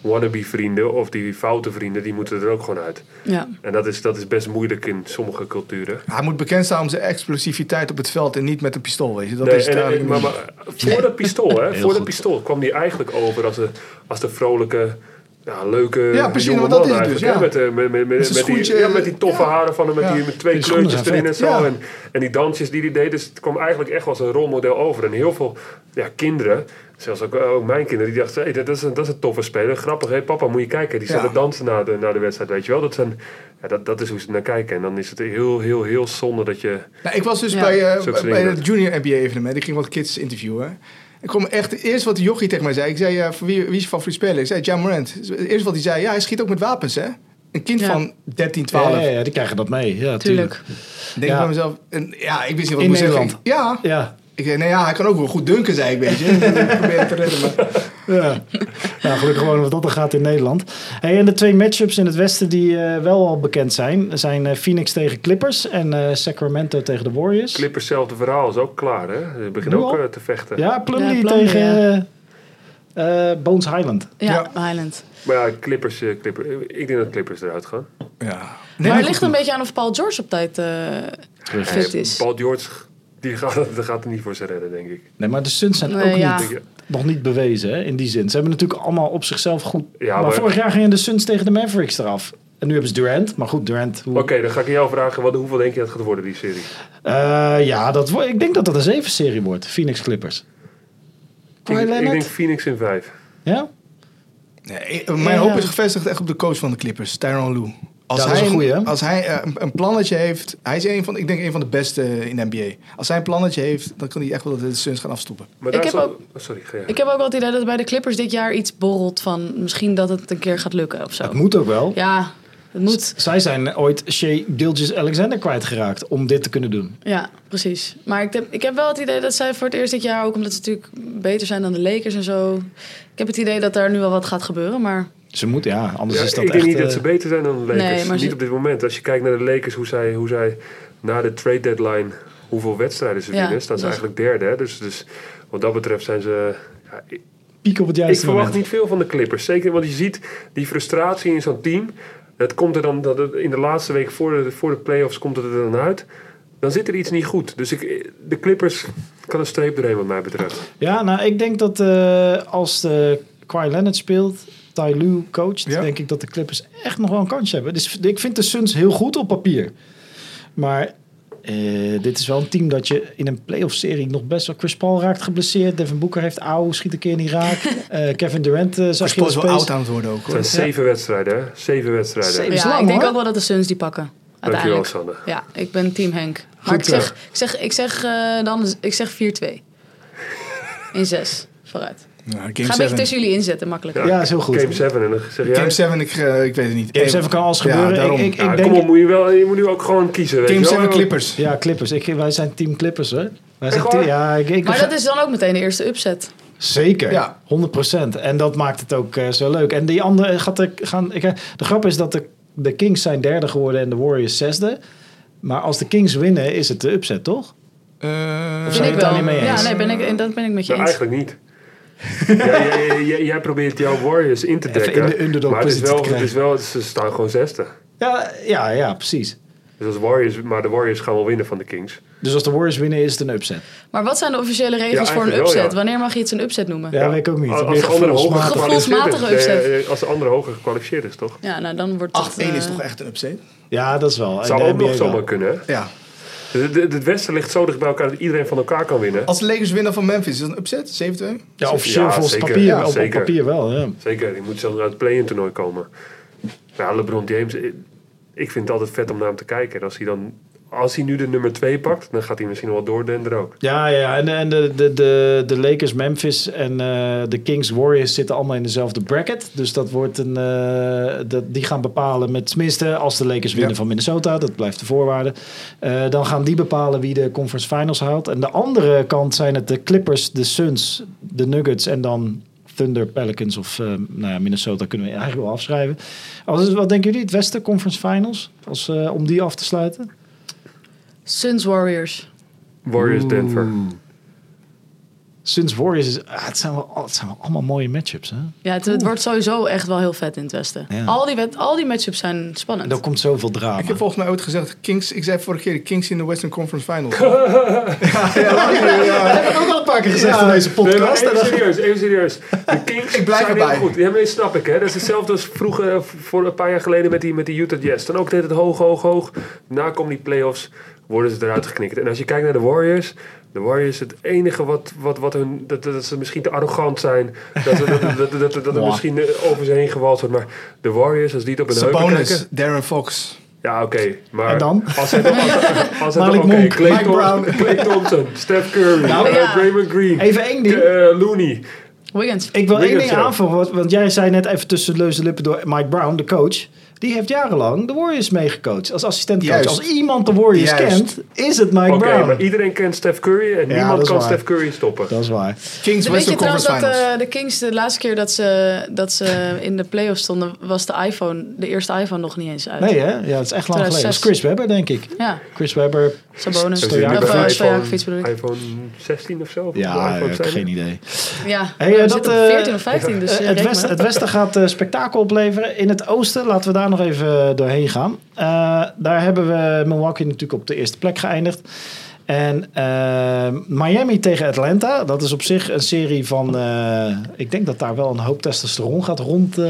Speaker 2: wannabe vrienden of die foute vrienden, die moeten er ook gewoon uit.
Speaker 3: Ja.
Speaker 2: En dat is, dat is best moeilijk in sommige culturen.
Speaker 4: Hij moet bekend staan om zijn explosiviteit op het veld en niet met een pistool, weet je. Dat
Speaker 2: Nee,
Speaker 4: is
Speaker 2: en- en-
Speaker 4: duidelijk
Speaker 2: maar,
Speaker 4: niet.
Speaker 2: maar voor dat pistool, hè,
Speaker 5: Heel
Speaker 2: voor dat
Speaker 5: goed.
Speaker 2: pistool kwam hij eigenlijk over als de, als de vrolijke, ja, leuke
Speaker 4: Ja, precies,
Speaker 2: jonge
Speaker 4: want dat
Speaker 2: man
Speaker 4: is het dus,
Speaker 2: eigenlijk, hè,
Speaker 4: ja.
Speaker 2: Met, eh, met, met, met,
Speaker 4: zijn
Speaker 2: met die,
Speaker 4: schoentje,
Speaker 2: ja, met die toffe
Speaker 4: ja.
Speaker 2: haren van hem, met,
Speaker 4: Ja.
Speaker 2: die, met twee
Speaker 1: Die schoenen
Speaker 2: kleurtjes
Speaker 1: zijn
Speaker 2: erin en zo.
Speaker 4: vet. Ja.
Speaker 2: En, en die dansjes die hij deed, dus het kwam eigenlijk echt wel als een rolmodel over. En heel veel ja, kinderen, zelfs ook, eh, ook mijn kinderen, die dachten, hey, dat, is een, dat is een toffe speler, grappig. Hé papa, moet je kijken, die staat
Speaker 4: Ja.
Speaker 2: te dansen na de, na de wedstrijd, weet je wel. Dat, zijn, ja, dat, dat is hoe ze naar kijken. En dan is het heel, heel, heel zonde dat je...
Speaker 4: Nou, ik was dus
Speaker 3: Ja.
Speaker 4: bij, eh,
Speaker 2: Zulke
Speaker 4: bij
Speaker 2: dingen.
Speaker 4: het junior NBA evenement. Ik ging wat kids interviewen. Ik kom echt, eerst wat de jochie tegen mij zei. Ik zei, eh, voor wie, wie is je favoriete speler? Ik zei, Ja Morant. Eerst wat hij zei, ja, hij schiet ook met wapens, hè? Een kind
Speaker 3: Ja.
Speaker 4: van 13, 12.
Speaker 1: Ja, ja, ja, die krijgen dat mee. Ja, tuurlijk.
Speaker 3: Tuurlijk.
Speaker 4: Denk
Speaker 1: Ja.
Speaker 4: ik bij mezelf, en, ja, ik wist niet wat
Speaker 1: In
Speaker 4: ik moest
Speaker 1: Nederland.
Speaker 4: zeggen. Ja.
Speaker 1: Ja,
Speaker 4: Ik zei, nee, ja, hij kan ook wel goed dunken, zei ik, weet je. ik probeer het te redden, maar...
Speaker 1: ja. Nou, gelukkig gewoon of dat er gaat in Nederland. Hey, en de twee matchups in het Westen die eh, wel al bekend zijn, zijn eh, Phoenix tegen Clippers en eh, Sacramento tegen de Warriors.
Speaker 2: Clippers zelfde verhaal is ook klaar, hè? Ze beginnen
Speaker 1: Nu
Speaker 2: ook
Speaker 1: al?
Speaker 2: eh, te vechten.
Speaker 1: Ja, Plumlee
Speaker 3: Ja, Plumlee,
Speaker 1: tegen
Speaker 3: ja.
Speaker 1: eh, eh, Bones Highland.
Speaker 3: Ja, Highland.
Speaker 2: Maar ja, Clippers, eh, Clipper- eh, ik denk dat Clippers eruit gaan.
Speaker 4: Ja.
Speaker 3: maar het ligt een beetje aan of Paul George op tijd eh, fit is.
Speaker 2: Paul George, die gaat, die gaat er niet voor ze redden, denk ik.
Speaker 1: Nee, maar de Suns zijn
Speaker 3: Nee,
Speaker 1: ook
Speaker 3: ja.
Speaker 1: niet,
Speaker 2: Ik-
Speaker 1: nog niet bewezen hè, in die zin. Ze hebben natuurlijk allemaal op zichzelf goed.
Speaker 2: Ja,
Speaker 1: maar,
Speaker 2: maar-
Speaker 1: vorig jaar gingen de Suns tegen de Mavericks eraf. En nu hebben ze Durant. Maar goed, Durant. Hoe...
Speaker 2: Oké, dan ga ik jou vragen, wat, hoeveel denk je dat gaat worden, die serie?
Speaker 1: Eh, ja, dat, wo- ik denk dat dat een zeven-serie wordt. Phoenix Clippers.
Speaker 2: Ik,
Speaker 1: Kawhi
Speaker 2: ik
Speaker 1: Leonard?
Speaker 2: denk Phoenix in vijf.
Speaker 1: Ja?
Speaker 4: Nee, ik- mijn
Speaker 3: Ja.
Speaker 4: hoop is gevestigd echt op de coach van de Clippers, Tyronn Lue. Als
Speaker 1: Ja, dat is
Speaker 4: hij,
Speaker 1: een goeie, hè?
Speaker 4: als hij eh, een, een plannetje heeft, hij is een van, ik denk een van de beste in de NBA. Als hij een plannetje heeft, dan kan hij echt wel de Suns gaan afstoppen.
Speaker 2: Maar
Speaker 3: Ik
Speaker 2: daar
Speaker 3: heb
Speaker 2: zal-
Speaker 3: ook-
Speaker 2: oh, sorry, ga jij.
Speaker 3: Ik heb ook wel het idee dat bij de Clippers dit jaar iets borrelt van misschien dat het een keer gaat lukken of zo.
Speaker 1: Dat moet ook wel.
Speaker 3: Ja, het moet.
Speaker 1: Zij zijn ooit Shea Gilgis Alexander kwijtgeraakt om dit te kunnen doen.
Speaker 3: Ja, precies. Maar ik heb, ik heb wel het idee dat zij voor het eerst dit jaar, ook omdat ze natuurlijk beter zijn dan de Lakers en zo. Ik heb het idee dat daar nu wel wat gaat gebeuren, maar
Speaker 1: Ze moeten, ja, anders
Speaker 2: Ja,
Speaker 1: is
Speaker 2: ik
Speaker 1: dat
Speaker 2: denk
Speaker 1: echt...
Speaker 2: niet dat
Speaker 1: eh,
Speaker 2: ze beter zijn dan de
Speaker 3: Nee,
Speaker 2: Lakers.
Speaker 3: maar ze-
Speaker 2: Niet op dit moment. Als je kijkt naar de Lakers, hoe zij, hoe zij na de trade deadline hoeveel wedstrijden ze
Speaker 3: Ja,
Speaker 2: winnen, staan ze
Speaker 3: dat is-
Speaker 2: eigenlijk derde. Hè? Dus, dus wat dat betreft zijn ze... Ja, ik-
Speaker 1: piek op het
Speaker 2: Ik
Speaker 1: juiste
Speaker 2: verwacht
Speaker 1: moment.
Speaker 2: niet veel van de Clippers. Zeker, want je ziet die frustratie in zo'n team. Dat komt er dan dat het in de laatste week voor de, voor de playoffs komt het er dan uit. Dan zit er iets niet goed. Dus ik, de Clippers kan een streep doorheen wat mij betreft.
Speaker 1: Ja, nou, ik denk dat eh, als de Kawhi Leonard speelt, Ty Lue coacht,
Speaker 4: Ja.
Speaker 1: denk ik dat de Clippers echt nog wel een kansje hebben. Dus ik vind de Suns heel goed op papier. Maar eh, dit is wel een team dat je in een playoff-serie nog best wel... Chris Paul raakt geblesseerd, Devin Booker heeft ouw, schiet een keer niet raak. Eh, Kevin Durant eh, zag
Speaker 4: Chris
Speaker 1: je in
Speaker 4: Paul
Speaker 1: de
Speaker 4: is wel oud
Speaker 1: space.
Speaker 4: aan het worden ook,
Speaker 2: Het
Speaker 4: hoor.
Speaker 2: zijn zeven wedstrijden, hè? Zeven wedstrijden.
Speaker 1: Zeven.
Speaker 3: ja,
Speaker 1: is lang,
Speaker 3: ik denk
Speaker 1: hoor.
Speaker 3: ook wel dat de Suns die pakken.
Speaker 2: Dankjewel,
Speaker 3: Uiteindelijk.
Speaker 2: Sanne.
Speaker 3: Ja, ik ben team Henk. Maar
Speaker 1: Goed,
Speaker 3: ik zeg, ik zeg, ik zeg eh, dan ik zeg 4-2. In 6. Vooruit.
Speaker 4: Ja, game
Speaker 3: Ik ga een beetje
Speaker 4: 7.
Speaker 3: tussen jullie inzetten, makkelijk.
Speaker 1: Ja, is heel goed.
Speaker 2: Game 7. En dan zeg jij...
Speaker 4: Game 7, ik, eh, ik weet het niet.
Speaker 1: Game 7 kan alles gebeuren.
Speaker 4: Ja, daarom.
Speaker 1: ik, ik,
Speaker 2: Ja,
Speaker 1: ik
Speaker 2: kom op,
Speaker 1: denk,
Speaker 2: moet je, wel, je moet nu ook gewoon kiezen. Weet
Speaker 4: Game
Speaker 2: je wel.
Speaker 4: 7 Clippers.
Speaker 1: ja, Clippers. Ik, wij zijn team Clippers, hè? Wij zijn
Speaker 2: Echt
Speaker 1: team,
Speaker 2: waar?
Speaker 1: ja, ik, ik,
Speaker 3: Maar dat is dan ook meteen de eerste upset.
Speaker 1: Zeker,
Speaker 4: Ja.
Speaker 1: 100%. En dat maakt het ook eh, zo leuk. En die andere gaat er gaan. Ik, de grap is dat de, de Kings zijn derde geworden en de Warriors zesde. Maar als de Kings winnen, is het de upset, toch?
Speaker 4: Eh,
Speaker 1: Zijn
Speaker 3: Vind
Speaker 1: jullie
Speaker 3: ik
Speaker 1: het daar
Speaker 3: wel.
Speaker 1: niet mee eens?
Speaker 3: Ja, nee, ben ik, en dat ben ik met je
Speaker 2: Nou,
Speaker 3: eens.
Speaker 2: eigenlijk niet. ja, jij, jij, jij probeert jouw Warriors in te
Speaker 1: Even
Speaker 2: dekken.
Speaker 1: in de underdog
Speaker 2: maar het is,
Speaker 1: positie
Speaker 2: wel,
Speaker 1: te
Speaker 2: het is
Speaker 1: krijgen.
Speaker 2: wel, ze staan gewoon zesde.
Speaker 1: Ja, ja, ja, precies.
Speaker 2: Dus als Warriors, maar de Warriors gaan wel winnen van de Kings.
Speaker 1: Dus als de Warriors winnen, is het een upset.
Speaker 3: Maar wat zijn de officiële regels
Speaker 2: Ja,
Speaker 3: voor een
Speaker 2: eigenlijk wel,
Speaker 3: upset?
Speaker 2: ja.
Speaker 3: Wanneer mag je iets een upset noemen?
Speaker 1: Ja,
Speaker 3: Ja,
Speaker 1: weet ik ook niet.
Speaker 2: Als,
Speaker 1: Meer
Speaker 2: als de andere hoger
Speaker 1: gevoelsmatig.
Speaker 2: gekwalificeerd is.
Speaker 3: Gevoelsmatige
Speaker 2: Nee, eh, als de andere hoger gekwalificeerd is, toch?
Speaker 3: nou dan wordt het...
Speaker 4: 8-1 is
Speaker 3: eh,
Speaker 4: toch echt een upset?
Speaker 1: Ja, dat is wel.
Speaker 2: Zou
Speaker 1: In de
Speaker 2: ook nog
Speaker 1: NBA wel.
Speaker 2: zomaar kunnen. hè?
Speaker 4: Ja.
Speaker 2: De- de- Het Westen ligt zo dicht bij elkaar dat iedereen van elkaar kan winnen.
Speaker 4: Als de Lakers winnen van Memphis, is dat een upset? 7-2?
Speaker 1: Ja, officieel
Speaker 2: Ja,
Speaker 1: volgens
Speaker 2: zeker.
Speaker 1: papier.
Speaker 2: Ja,
Speaker 1: op- op,
Speaker 2: zeker.
Speaker 1: papier wel, ja.
Speaker 2: Zeker, die moet zelfs uit het play-in toernooi komen. Ja, LeBron James, eh, ik vind het altijd vet om naar hem te kijken. En Als hij, dan, als hij nu de nummer 2 pakt, dan gaat hij misschien wel doordenderen ook.
Speaker 1: Ja, ja. En, en de, de, de, de Lakers, Memphis en eh, de Kings, Warriors zitten allemaal in dezelfde bracket. Dus dat wordt een. eh, dat, die gaan bepalen met. Tenminste, als de Lakers winnen
Speaker 4: Ja.
Speaker 1: van Minnesota, dat blijft de voorwaarde. eh, dan gaan die bepalen wie de conference finals haalt. En de andere kant zijn het de Clippers, de Suns, de Nuggets en dan. Thunder, Pelicans of eh, nou ja, Minnesota kunnen we eigenlijk wel afschrijven. Als, wat denken jullie? Het Westen Conference Finals? Als, eh, om die af te sluiten?
Speaker 3: Suns Warriors.
Speaker 1: Hmm.
Speaker 2: Warriors Denver.
Speaker 1: Suns Warriors, is, ah, het, zijn wel, al- het zijn wel allemaal mooie matchups. Hè?
Speaker 3: Ja, het, het wordt sowieso echt wel heel vet in het Westen.
Speaker 1: Ja.
Speaker 3: Al, die wet, al die matchups zijn
Speaker 1: En
Speaker 3: spannend.
Speaker 1: daar komt zoveel drama.
Speaker 4: Ik heb volgens mij ooit gezegd, Kings, ik zei vorige keer, de Kings in de Western Conference Finals. ja, ja, ja, ja.
Speaker 1: heb ik ook al een paar keer gezegd in deze
Speaker 2: Nee, maar
Speaker 1: podcast.
Speaker 2: even serieus, even serieus. De Kings
Speaker 4: Ik blijf
Speaker 2: zijn
Speaker 4: erbij.
Speaker 2: heel goed. Ja, maar dat snap ik. Hè. Dat is hetzelfde als vroeger, eh, voor een paar jaar geleden met die, met die Utah Jazz. Dan ook deed het hoog, hoog, hoog. Na komen die playoffs, worden ze eruit geknikt. En als je kijkt naar de Warriors... De Warriors, het enige wat, wat, wat hun... Dat, dat dat ze misschien te arrogant zijn. Dat, dat, dat, dat, dat, dat, dat er
Speaker 1: Mwah.
Speaker 2: misschien eh, over ze heen gewalst wordt. Maar de Warriors, als die het op hun heupen
Speaker 4: Sabonis,
Speaker 2: kijken...
Speaker 4: Darren Fox.
Speaker 2: Ja, oké. maar
Speaker 1: En dan?
Speaker 2: Als het als, als, als het
Speaker 1: Malik
Speaker 2: oké,
Speaker 1: Monk,
Speaker 2: Klay
Speaker 1: Mike
Speaker 2: Thom-
Speaker 1: Brown.
Speaker 2: Klay Thompson, Steph Curry,
Speaker 1: Nou,
Speaker 2: eh,
Speaker 3: ja.
Speaker 2: Draymond Green.
Speaker 1: Even één ding.
Speaker 2: Eh, Looney.
Speaker 3: Wiggins.
Speaker 1: Ik wil één
Speaker 2: Wiggins,
Speaker 1: ding
Speaker 2: ja.
Speaker 1: aanvullen, want, want jij zei net even tussen de leuze lippen door Mike Brown, de coach. Die heeft jarenlang de Warriors meegecoacht als assistentcoach.
Speaker 4: Juist.
Speaker 1: Als iemand de Warriors
Speaker 4: Juist.
Speaker 1: kent, is het Mike
Speaker 2: Oké,
Speaker 1: Brown.
Speaker 2: maar iedereen kent Steph Curry en
Speaker 1: Ja, dat
Speaker 2: niemand
Speaker 1: is
Speaker 2: kan
Speaker 1: waar.
Speaker 2: Steph Curry stoppen.
Speaker 1: Dat is waar.
Speaker 4: Kings
Speaker 3: Weet je
Speaker 4: Western
Speaker 3: trouwens
Speaker 4: Conference
Speaker 3: dat eh,
Speaker 4: Finals.
Speaker 3: de Kings de laatste keer dat ze, dat ze in de playoffs stonden, was de iPhone, de eerste iPhone nog niet eens uit.
Speaker 1: Nee, hè? Ja, het is echt lang geleden. Dat is
Speaker 3: 2006.
Speaker 1: Chris Webber, denk ik.
Speaker 3: Ja,
Speaker 1: Chris Webber.
Speaker 3: Sabonis.
Speaker 1: Zo
Speaker 2: Zo zit
Speaker 3: Of
Speaker 2: hij
Speaker 1: ja,
Speaker 2: nu
Speaker 3: eh,
Speaker 1: dat
Speaker 2: bij de
Speaker 3: Stojakovic bedoel
Speaker 2: iPhone,
Speaker 3: ik.
Speaker 2: iPhone 16 of zo. of de
Speaker 1: Ja,
Speaker 2: iPhone
Speaker 1: ik heb
Speaker 2: 7.
Speaker 1: geen idee.
Speaker 3: Ja,
Speaker 1: Hey,
Speaker 3: we
Speaker 1: eh,
Speaker 3: zitten
Speaker 1: dat,
Speaker 3: op
Speaker 1: eh,
Speaker 3: 14 of 15, dus
Speaker 1: Eh,
Speaker 3: eh,
Speaker 1: het,
Speaker 3: reken
Speaker 1: westen,
Speaker 3: maar.
Speaker 1: het Westen gaat eh, spektakel opleveren. In het Oosten, laten we daar nog even eh, doorheen gaan. Eh, daar hebben we Milwaukee natuurlijk op de eerste plek geëindigd. En eh, Miami tegen Atlanta, dat is op zich een serie van. eh, ik denk dat daar wel een hoop testosteron gaat rond eh,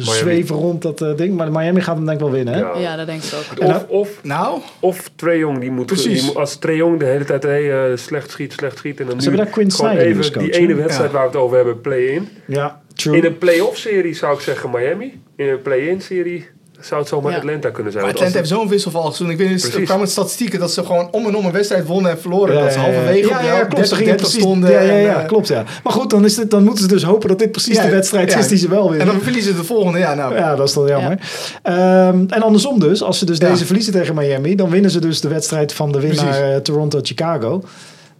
Speaker 1: zweven rond dat eh, ding. Maar Miami gaat hem denk ik wel winnen. hè?
Speaker 2: Ja.
Speaker 3: Ja, dat denk ik ook.
Speaker 1: En
Speaker 2: Of, of,
Speaker 3: eh,
Speaker 4: Nou,
Speaker 2: of Trae Young, die moet,
Speaker 4: Precies.
Speaker 2: die moet- als Trae Young de hele tijd hey, eh, slecht schiet, slecht schiet. En dan
Speaker 1: Ze
Speaker 2: nu
Speaker 1: hebben daar Quinn
Speaker 2: gewoon
Speaker 1: Snyder als
Speaker 2: even
Speaker 1: coach,
Speaker 2: die
Speaker 1: hè?
Speaker 2: ene wedstrijd
Speaker 4: Ja.
Speaker 2: waar we het over hebben, play-in.
Speaker 1: Ja,
Speaker 2: In
Speaker 1: true.
Speaker 2: een play-off serie zou ik zeggen Miami. In een play-in serie zou het zomaar
Speaker 3: Ja.
Speaker 2: Atlanta kunnen zijn. Want
Speaker 4: Atlanta heeft
Speaker 2: als
Speaker 4: zo'n wisselvallig seizoen. Ik weet niet, er
Speaker 2: Precies.
Speaker 4: kwamen statistieken dat ze gewoon om en om een wedstrijd wonnen en verloren.
Speaker 1: Ja,
Speaker 4: dat ze
Speaker 1: ja, ja.
Speaker 4: halverwege
Speaker 1: ja,
Speaker 4: op
Speaker 1: ja,
Speaker 4: de helft
Speaker 1: klopt, ze
Speaker 4: 30,
Speaker 1: gingen
Speaker 4: 30
Speaker 1: precies-
Speaker 4: stonden.
Speaker 1: Ja, ja,
Speaker 4: en,
Speaker 1: ja,
Speaker 4: eh,
Speaker 1: klopt ja. Maar goed, dan, is dit, dan moeten ze dus hopen dat dit precies
Speaker 4: ja,
Speaker 1: de wedstrijd
Speaker 4: ja.
Speaker 1: is die ze wel winnen.
Speaker 4: En dan verliezen ze de volgende. Ja, nou,
Speaker 1: Ja, dat is dan jammer. Ehm, en andersom dus, als ze dus
Speaker 4: Ja.
Speaker 1: deze verliezen tegen Miami, dan winnen ze dus de wedstrijd van de winnaar
Speaker 4: Precies.
Speaker 1: eh, Toronto-Chicago.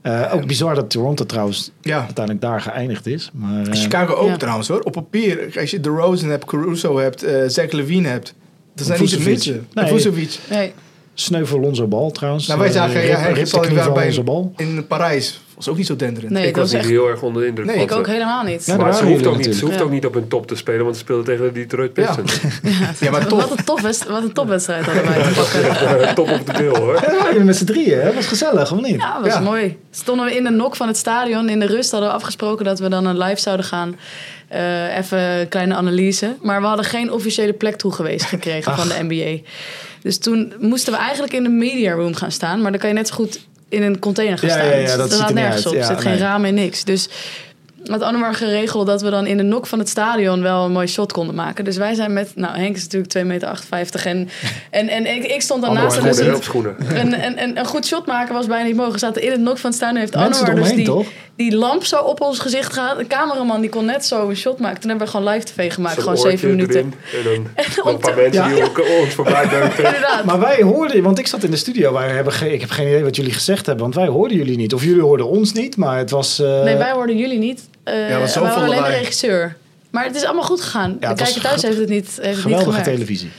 Speaker 1: Eh, ook bizar dat Toronto trouwens
Speaker 4: ja.
Speaker 1: uiteindelijk daar geëinigd is. Maar, eh,
Speaker 4: Chicago ook
Speaker 3: Ja.
Speaker 4: trouwens hoor. Op papier, als je DeRozan hebt, Caruso hebt, eh Zach Levine hebt. Dat zijn niet de
Speaker 1: Vucevic.
Speaker 4: minste.
Speaker 1: Nee.
Speaker 4: En Vucevic.
Speaker 3: Nee,
Speaker 1: sneu voor Lonzo Bal trouwens.
Speaker 4: Nou, wij
Speaker 1: Eh,
Speaker 4: zagen, ja,
Speaker 1: rip-
Speaker 4: hij
Speaker 1: rip de
Speaker 4: zal
Speaker 1: knie
Speaker 4: daar
Speaker 1: van
Speaker 4: bij-
Speaker 1: Lonzo Bal.
Speaker 4: In Parijs was ook niet zo denderend.
Speaker 3: nee
Speaker 2: ik
Speaker 3: dat
Speaker 2: was
Speaker 3: is
Speaker 2: niet
Speaker 3: echt...
Speaker 2: heel erg onder de indruk.
Speaker 4: Nee,
Speaker 2: van
Speaker 3: Ik ook
Speaker 2: ze.
Speaker 3: helemaal niet.
Speaker 1: Ja,
Speaker 2: Maar
Speaker 1: daar
Speaker 2: ze
Speaker 1: waren
Speaker 2: hoeft, ook
Speaker 1: jullie
Speaker 2: niet, ze hoeft ook
Speaker 3: natuurlijk.
Speaker 2: niet op hun top te spelen, want ze speelden tegen de Detroit
Speaker 4: Ja.
Speaker 2: Pistons.
Speaker 4: Ja, maar
Speaker 3: Wat
Speaker 4: toch.
Speaker 3: een topwedst- wat een topwedstrijd hadden wij te pakken.
Speaker 2: top op de bill hoor.
Speaker 1: Ja, daar waren jullie met z'n drieën, hè? was gezellig, of niet?
Speaker 3: Ja, dat was
Speaker 4: Ja.
Speaker 3: mooi. Stonden we in de nok van het stadion. In de rust hadden we afgesproken dat we dan een live zouden gaan. Eh, even een kleine analyse. Maar we hadden geen officiële plek toegewezen gekregen van de NBA. Dus toen moesten we eigenlijk in de media room gaan staan. Maar dan kan je net zo goed in een container gaan
Speaker 1: Ja,
Speaker 3: staan. Dus
Speaker 1: ja, ja, dat ziet
Speaker 3: slaat
Speaker 1: er niet
Speaker 3: nergens
Speaker 1: uit.
Speaker 3: op.
Speaker 1: Ja,
Speaker 3: er zit geen
Speaker 1: nee.
Speaker 3: raam en niks. Dus had Annemar geregeld dat we dan in de nok van het stadion wel een mooi shot konden maken. Dus wij zijn met... Nou, Henk is natuurlijk 2,58 meter. En, en, en ik, ik stond dan
Speaker 2: Allemaal
Speaker 3: naast hem.
Speaker 2: goede
Speaker 3: Dus het-
Speaker 2: helpschoenen.
Speaker 3: een, een, een, een goed shot maken was bijna niet mogelijk. We zaten in het nok van het staan. heeft
Speaker 1: Mensen
Speaker 3: Anwar dus
Speaker 1: eromheen,
Speaker 3: die,
Speaker 1: toch?
Speaker 3: die lamp zo op ons gezicht gehad. De cameraman die kon net zo een shot maken. Toen hebben we gewoon live tv gemaakt.
Speaker 2: Zo'n
Speaker 3: Gewoon
Speaker 2: oortje
Speaker 3: zeven minuten.
Speaker 2: erin En dan nog een
Speaker 3: om te-
Speaker 2: paar mensen
Speaker 1: Ja.
Speaker 2: die ook ons voorbij beukten.
Speaker 3: Inderdaad.
Speaker 1: Maar wij hoorden, want ik zat in de studio, wij hebben ge- ik heb geen idee wat jullie gezegd hebben, want wij hoorden jullie niet. Of jullie hoorden ons niet, maar het was... eh,
Speaker 3: nee, wij hoorden jullie niet. Eh
Speaker 4: Ja, want zo
Speaker 3: wij waren
Speaker 4: vonden
Speaker 3: alleen de
Speaker 4: wij.
Speaker 3: regisseur. Maar het is allemaal goed gegaan.
Speaker 1: Ja,
Speaker 3: de
Speaker 1: het was
Speaker 3: kijker thuis
Speaker 1: ge-
Speaker 3: heeft het niet, heeft het niet
Speaker 1: Geweldige
Speaker 3: gemerkt.
Speaker 1: televisie.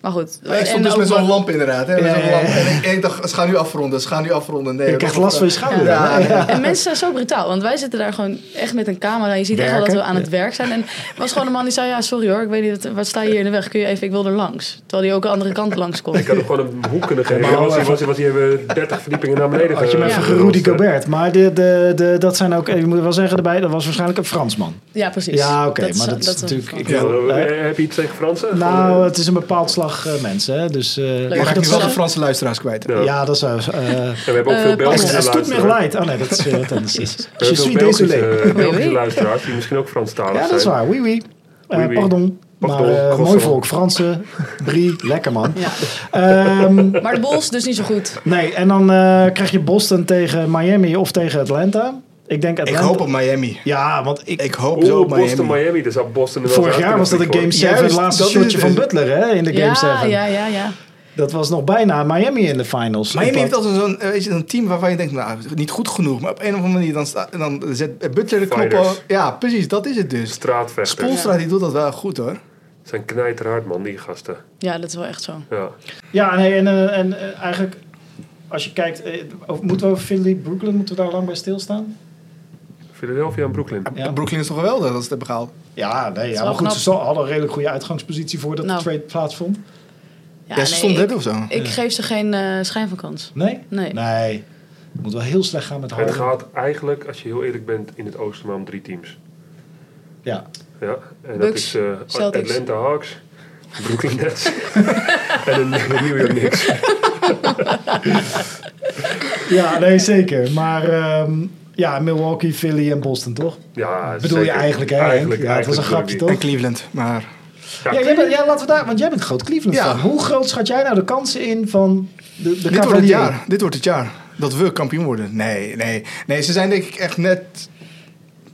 Speaker 3: Maar goed.
Speaker 4: Ja, ik stond
Speaker 3: En
Speaker 4: dus
Speaker 3: ook
Speaker 4: met zo'n
Speaker 3: wel-
Speaker 4: lamp inderdaad. Hè, met
Speaker 1: Ja,
Speaker 4: zo'n
Speaker 1: ja,
Speaker 4: lamp.
Speaker 1: ja.
Speaker 4: En ik, en ik dacht, ze gaan nu afronden, ze gaan nu afronden. Nee,
Speaker 1: Je
Speaker 4: dat
Speaker 1: krijgt
Speaker 4: was-
Speaker 1: last van je schouder.
Speaker 4: Ja, ja.
Speaker 3: En mensen zijn zo brutaal, want wij zitten daar gewoon echt met een camera. Je ziet echt wel dat
Speaker 1: Werken.
Speaker 3: we aan het werk zijn. En er was gewoon een man die zei: Ja, sorry hoor, ik weet niet, wat- wat sta je hier in de weg? Kun je even, ik wil er langs. Terwijl hij ook de andere kant langs kon.
Speaker 2: Ik had hem gewoon een hoek kunnen geven.
Speaker 1: Maar
Speaker 2: Dan was hij,
Speaker 1: even-
Speaker 2: was hij, was hij even 30 verdiepingen naar beneden
Speaker 1: Had je maar
Speaker 2: ge-
Speaker 1: even
Speaker 2: gerost,
Speaker 1: Rudy
Speaker 2: hè.
Speaker 1: Gobert. Maar de, de, de, dat zijn ook, ik moet wel zeggen erbij, dat was waarschijnlijk een Fransman.
Speaker 3: Ja, precies.
Speaker 1: Ja, oké,
Speaker 3: is-
Speaker 1: maar dat, is natuurlijk...
Speaker 3: een
Speaker 1: Ik
Speaker 2: Ja,
Speaker 1: wil,
Speaker 2: eh,
Speaker 1: eh,
Speaker 2: heb je iets tegen Fransen?
Speaker 1: nou, het is een bepaald slag eh, mensen, hè, dus... eh,
Speaker 4: Je
Speaker 1: mag ik
Speaker 4: gaat nu
Speaker 1: dat
Speaker 4: wel de
Speaker 1: zeggen?
Speaker 4: Franse luisteraars kwijt.
Speaker 2: Ja.
Speaker 1: Ja, dat is... eh eh
Speaker 2: En we hebben ook
Speaker 3: Eh,
Speaker 2: veel Belgische
Speaker 1: het doet me
Speaker 2: luisteraars.
Speaker 1: leid. Oh nee, dat is weer wat anders.
Speaker 2: We
Speaker 1: Je
Speaker 2: hebben veel
Speaker 1: suis
Speaker 2: Belgische,
Speaker 1: désolé.
Speaker 2: eh, Belgische
Speaker 3: Oui, oui.
Speaker 2: luisteraars die misschien ook Franstalig zijn.
Speaker 1: Ja, dat is waar. Oui, oui. Eh,
Speaker 2: Oui, oui.
Speaker 1: Pardon. Maar
Speaker 2: Pardon,
Speaker 1: eh, mooi
Speaker 2: croissant.
Speaker 1: volk. Fransen. Brie. Lekker man.
Speaker 3: Ja.
Speaker 1: Ehm,
Speaker 3: Maar de Bulls dus niet zo goed.
Speaker 1: nee, en dan eh, krijg je Boston tegen Miami of tegen Atlanta. Ik denk
Speaker 4: Ik
Speaker 1: Atlanta.
Speaker 4: hoop op Miami.
Speaker 1: Ja, want ik,
Speaker 4: Ik hoop zo
Speaker 2: Oeh,
Speaker 4: op Miami.
Speaker 2: Boston, Miami. Daar zou Boston er wel
Speaker 1: Vorig
Speaker 2: eens uit
Speaker 1: jaar was dat
Speaker 2: kunnen
Speaker 1: een Game
Speaker 2: vliegen,
Speaker 1: 7, het
Speaker 4: Juist,
Speaker 1: laatste
Speaker 4: dat is
Speaker 1: shotje
Speaker 4: het.
Speaker 1: van Butler hè, in de Game
Speaker 3: ja,
Speaker 1: 7.
Speaker 3: ja, ja, ja.
Speaker 1: Dat was nog bijna Miami in de finals.
Speaker 4: Miami
Speaker 1: Op
Speaker 4: heeft
Speaker 1: dat-
Speaker 4: altijd zo'n eh, weet je, een team waarvan je denkt, nou, niet goed genoeg. Maar op een of andere manier, dan, sta- dan zet Butler de knop
Speaker 2: Fighters.
Speaker 4: op. Ja, precies, dat is het
Speaker 2: hoor.
Speaker 4: dus.
Speaker 2: Straatvechters.
Speaker 4: Spoelstra die doet dat wel goed hoor.
Speaker 2: Zijn knijterhard, man, die gasten.
Speaker 3: Ja, dat is wel echt zo.
Speaker 2: Ja.
Speaker 1: Ja, nee, en, eh, en eh, eigenlijk, als je kijkt, eh, over- moeten we over Philly, Brooklyn, moeten we daar lang bij stilstaan?
Speaker 2: Philadelphia en Brooklyn.
Speaker 1: Ja.
Speaker 4: Brooklyn is toch geweldig dat ze het hebben gehaald.
Speaker 1: Ja, nee, ja.
Speaker 3: wel
Speaker 1: maar goed,
Speaker 3: knap.
Speaker 1: ze stonden- hadden een redelijk goede uitgangspositie voordat
Speaker 3: Nou.
Speaker 1: de trade plaatsvond.
Speaker 4: Ja, ze
Speaker 3: nee,
Speaker 4: stond
Speaker 3: ik,
Speaker 4: derde of zo.
Speaker 3: ik geef ze geen eh, schijn van kans.
Speaker 1: Nee?
Speaker 3: Nee.
Speaker 1: Nee. Het moet wel heel slecht gaan met
Speaker 2: Het
Speaker 1: Harden.
Speaker 2: gaat eigenlijk, als je heel eerlijk bent, in het oosten maar om drie teams.
Speaker 1: Ja.
Speaker 2: Ja, en dat
Speaker 3: Bucks,
Speaker 2: is eh,
Speaker 3: Celtics.
Speaker 2: Atlanta Hawks, Brooklyn Nets en de de New York Knicks.
Speaker 1: ja, nee, zeker. Maar ehm, ja, Milwaukee, Philly en Boston, toch?
Speaker 2: Ja,
Speaker 1: Bedoel je
Speaker 2: zeker.
Speaker 1: eigenlijk, hè? Henk? ja, het was een
Speaker 2: eigenlijk
Speaker 1: grapje,
Speaker 2: Brooklyn.
Speaker 1: toch?
Speaker 3: Oh.
Speaker 4: En Cleveland, maar...
Speaker 1: Ja,
Speaker 2: Ja,
Speaker 1: jij bent- ja, laten we daar, want jij bent groot Cleveland
Speaker 4: Ja.
Speaker 1: fan. Hoe groot schat jij nou de kansen in van de, de
Speaker 4: Dit wordt het
Speaker 1: Cavaliers?
Speaker 4: jaar. Dit wordt het jaar. Dat we kampioen worden. Nee, nee. Nee, ze zijn denk ik echt net...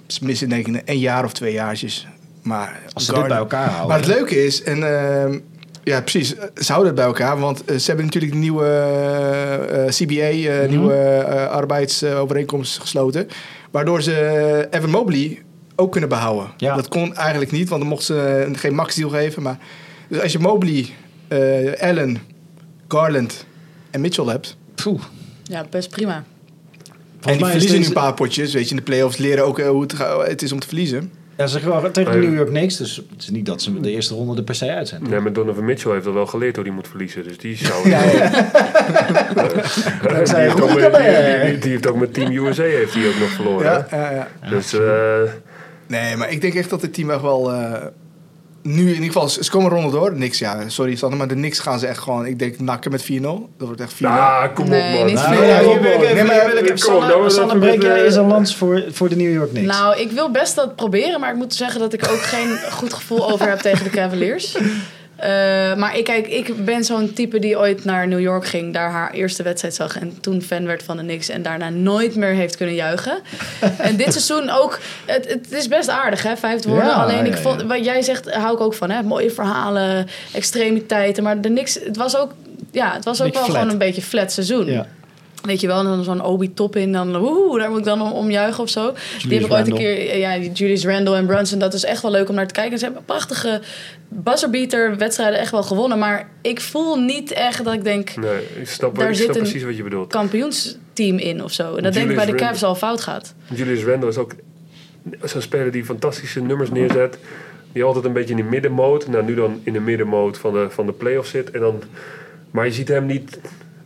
Speaker 4: Ze missen denk ik een jaar of twee jaartjes. Maar
Speaker 1: Als ze dit
Speaker 4: Garden-
Speaker 1: bij elkaar houden.
Speaker 4: Maar het leuke is... En, ehm, ja, precies. eh, Ze houden het bij elkaar. Want eh, ze hebben natuurlijk de nieuwe eh, eh, CBA, eh,
Speaker 1: Mhm.
Speaker 4: nieuwe eh, arbeidsovereenkomst gesloten. Waardoor ze eh, Evan Mobley ook kunnen behouden.
Speaker 1: Ja.
Speaker 4: Dat kon eigenlijk niet, want dan mochten ze eh, geen max deal geven. Maar, dus als je Mobley, eh, Allen, Garland en Mitchell hebt.
Speaker 1: Poeh.
Speaker 3: Ja, best prima.
Speaker 4: en
Speaker 1: mij
Speaker 4: die
Speaker 1: is
Speaker 4: verliezen nu
Speaker 1: deze-
Speaker 4: een paar potjes. Weet je, in de playoffs leren ook eh, hoe het, ga- het is om te verliezen.
Speaker 1: Ja, ze zeggen wel tegen de
Speaker 2: Eh.
Speaker 1: New York Knicks, dus het is niet dat ze de eerste ronde er per se uit zijn. Nou,
Speaker 2: Nee, maar Donovan Mitchell heeft al wel geleerd hoe hij moet verliezen. Dus die zou...
Speaker 4: Ja, ja.
Speaker 2: die,
Speaker 1: zijn
Speaker 2: heeft ook
Speaker 1: goede
Speaker 2: met, die,
Speaker 1: daarbij.
Speaker 2: die- die heeft ook met Team USA heeft hij ook nog verloren.
Speaker 4: Ja, ja, ja.
Speaker 2: hè? Dus eh,
Speaker 4: Nee, maar ik denk echt dat het team echt wel... eh, nu in ieder geval, ze ze komen ronden door. Niks, ja. Sorry, Sander, maar de niks gaan ze echt gewoon... Ik denk nakken met 4-0. Dat wordt echt 4-0.
Speaker 2: ah, kom
Speaker 3: Nee,
Speaker 2: op man.
Speaker 3: niet
Speaker 1: Nou,
Speaker 4: Nee,
Speaker 1: ja,
Speaker 4: kom
Speaker 1: hier wil ik
Speaker 4: op.
Speaker 1: even-
Speaker 4: Nee, maar-
Speaker 1: hier wil ik even-
Speaker 2: kom op,
Speaker 1: Sanne-
Speaker 2: nou,
Speaker 1: Sanne
Speaker 2: laten we
Speaker 1: Breek,
Speaker 2: het,
Speaker 1: jij
Speaker 2: eh,
Speaker 1: is een lans voor, voor de New York Knicks.
Speaker 3: Nou, ik wil best dat proberen, maar ik moet zeggen dat ik ook geen goed gevoel over heb tegen de Cavaliers. Eh, maar ik, kijk, ik ben zo'n type die ooit naar New York ging, daar haar eerste wedstrijd zag en toen fan werd van de Knicks en daarna nooit meer heeft kunnen juichen. en dit seizoen ook, het, het is best aardig hè, vijf woorden.
Speaker 1: Ja,
Speaker 3: Alleen ik
Speaker 1: ja,
Speaker 3: vond,
Speaker 1: ja.
Speaker 3: wat jij zegt, eh, hou ik ook van hè, mooie verhalen, extremiteiten, maar de Knicks, het was ook, ja, het was ook
Speaker 1: Beetje
Speaker 3: wel
Speaker 1: flat.
Speaker 3: gewoon een beetje flat seizoen.
Speaker 1: ja.
Speaker 3: Weet je wel, en dan zo'n Obi top in, dan woehoe, daar moet ik dan om, om juichen of zo. die heb ik ooit een
Speaker 1: Randle.
Speaker 3: keer, ja, die Julius Randle en Brunson, dat is echt wel leuk om naar te kijken. Ze hebben prachtige buzzerbeater wedstrijden echt wel gewonnen, maar ik voel niet echt dat ik denk
Speaker 2: Nee, ik snap,
Speaker 3: Daar
Speaker 2: ik
Speaker 3: zit
Speaker 2: snap
Speaker 3: een-
Speaker 2: precies wat je bedoelt.
Speaker 3: kampioensteam in of zo. En dat denk ik
Speaker 2: Julius
Speaker 3: bij de Cavs
Speaker 2: Randle.
Speaker 3: al fout gaat.
Speaker 2: Julius Randle is ook zo'n speler die fantastische nummers neerzet. Die altijd een beetje in de middenmoot, nou nu dan in de middenmoot van de, van de play-off zit. En dan, maar je ziet hem niet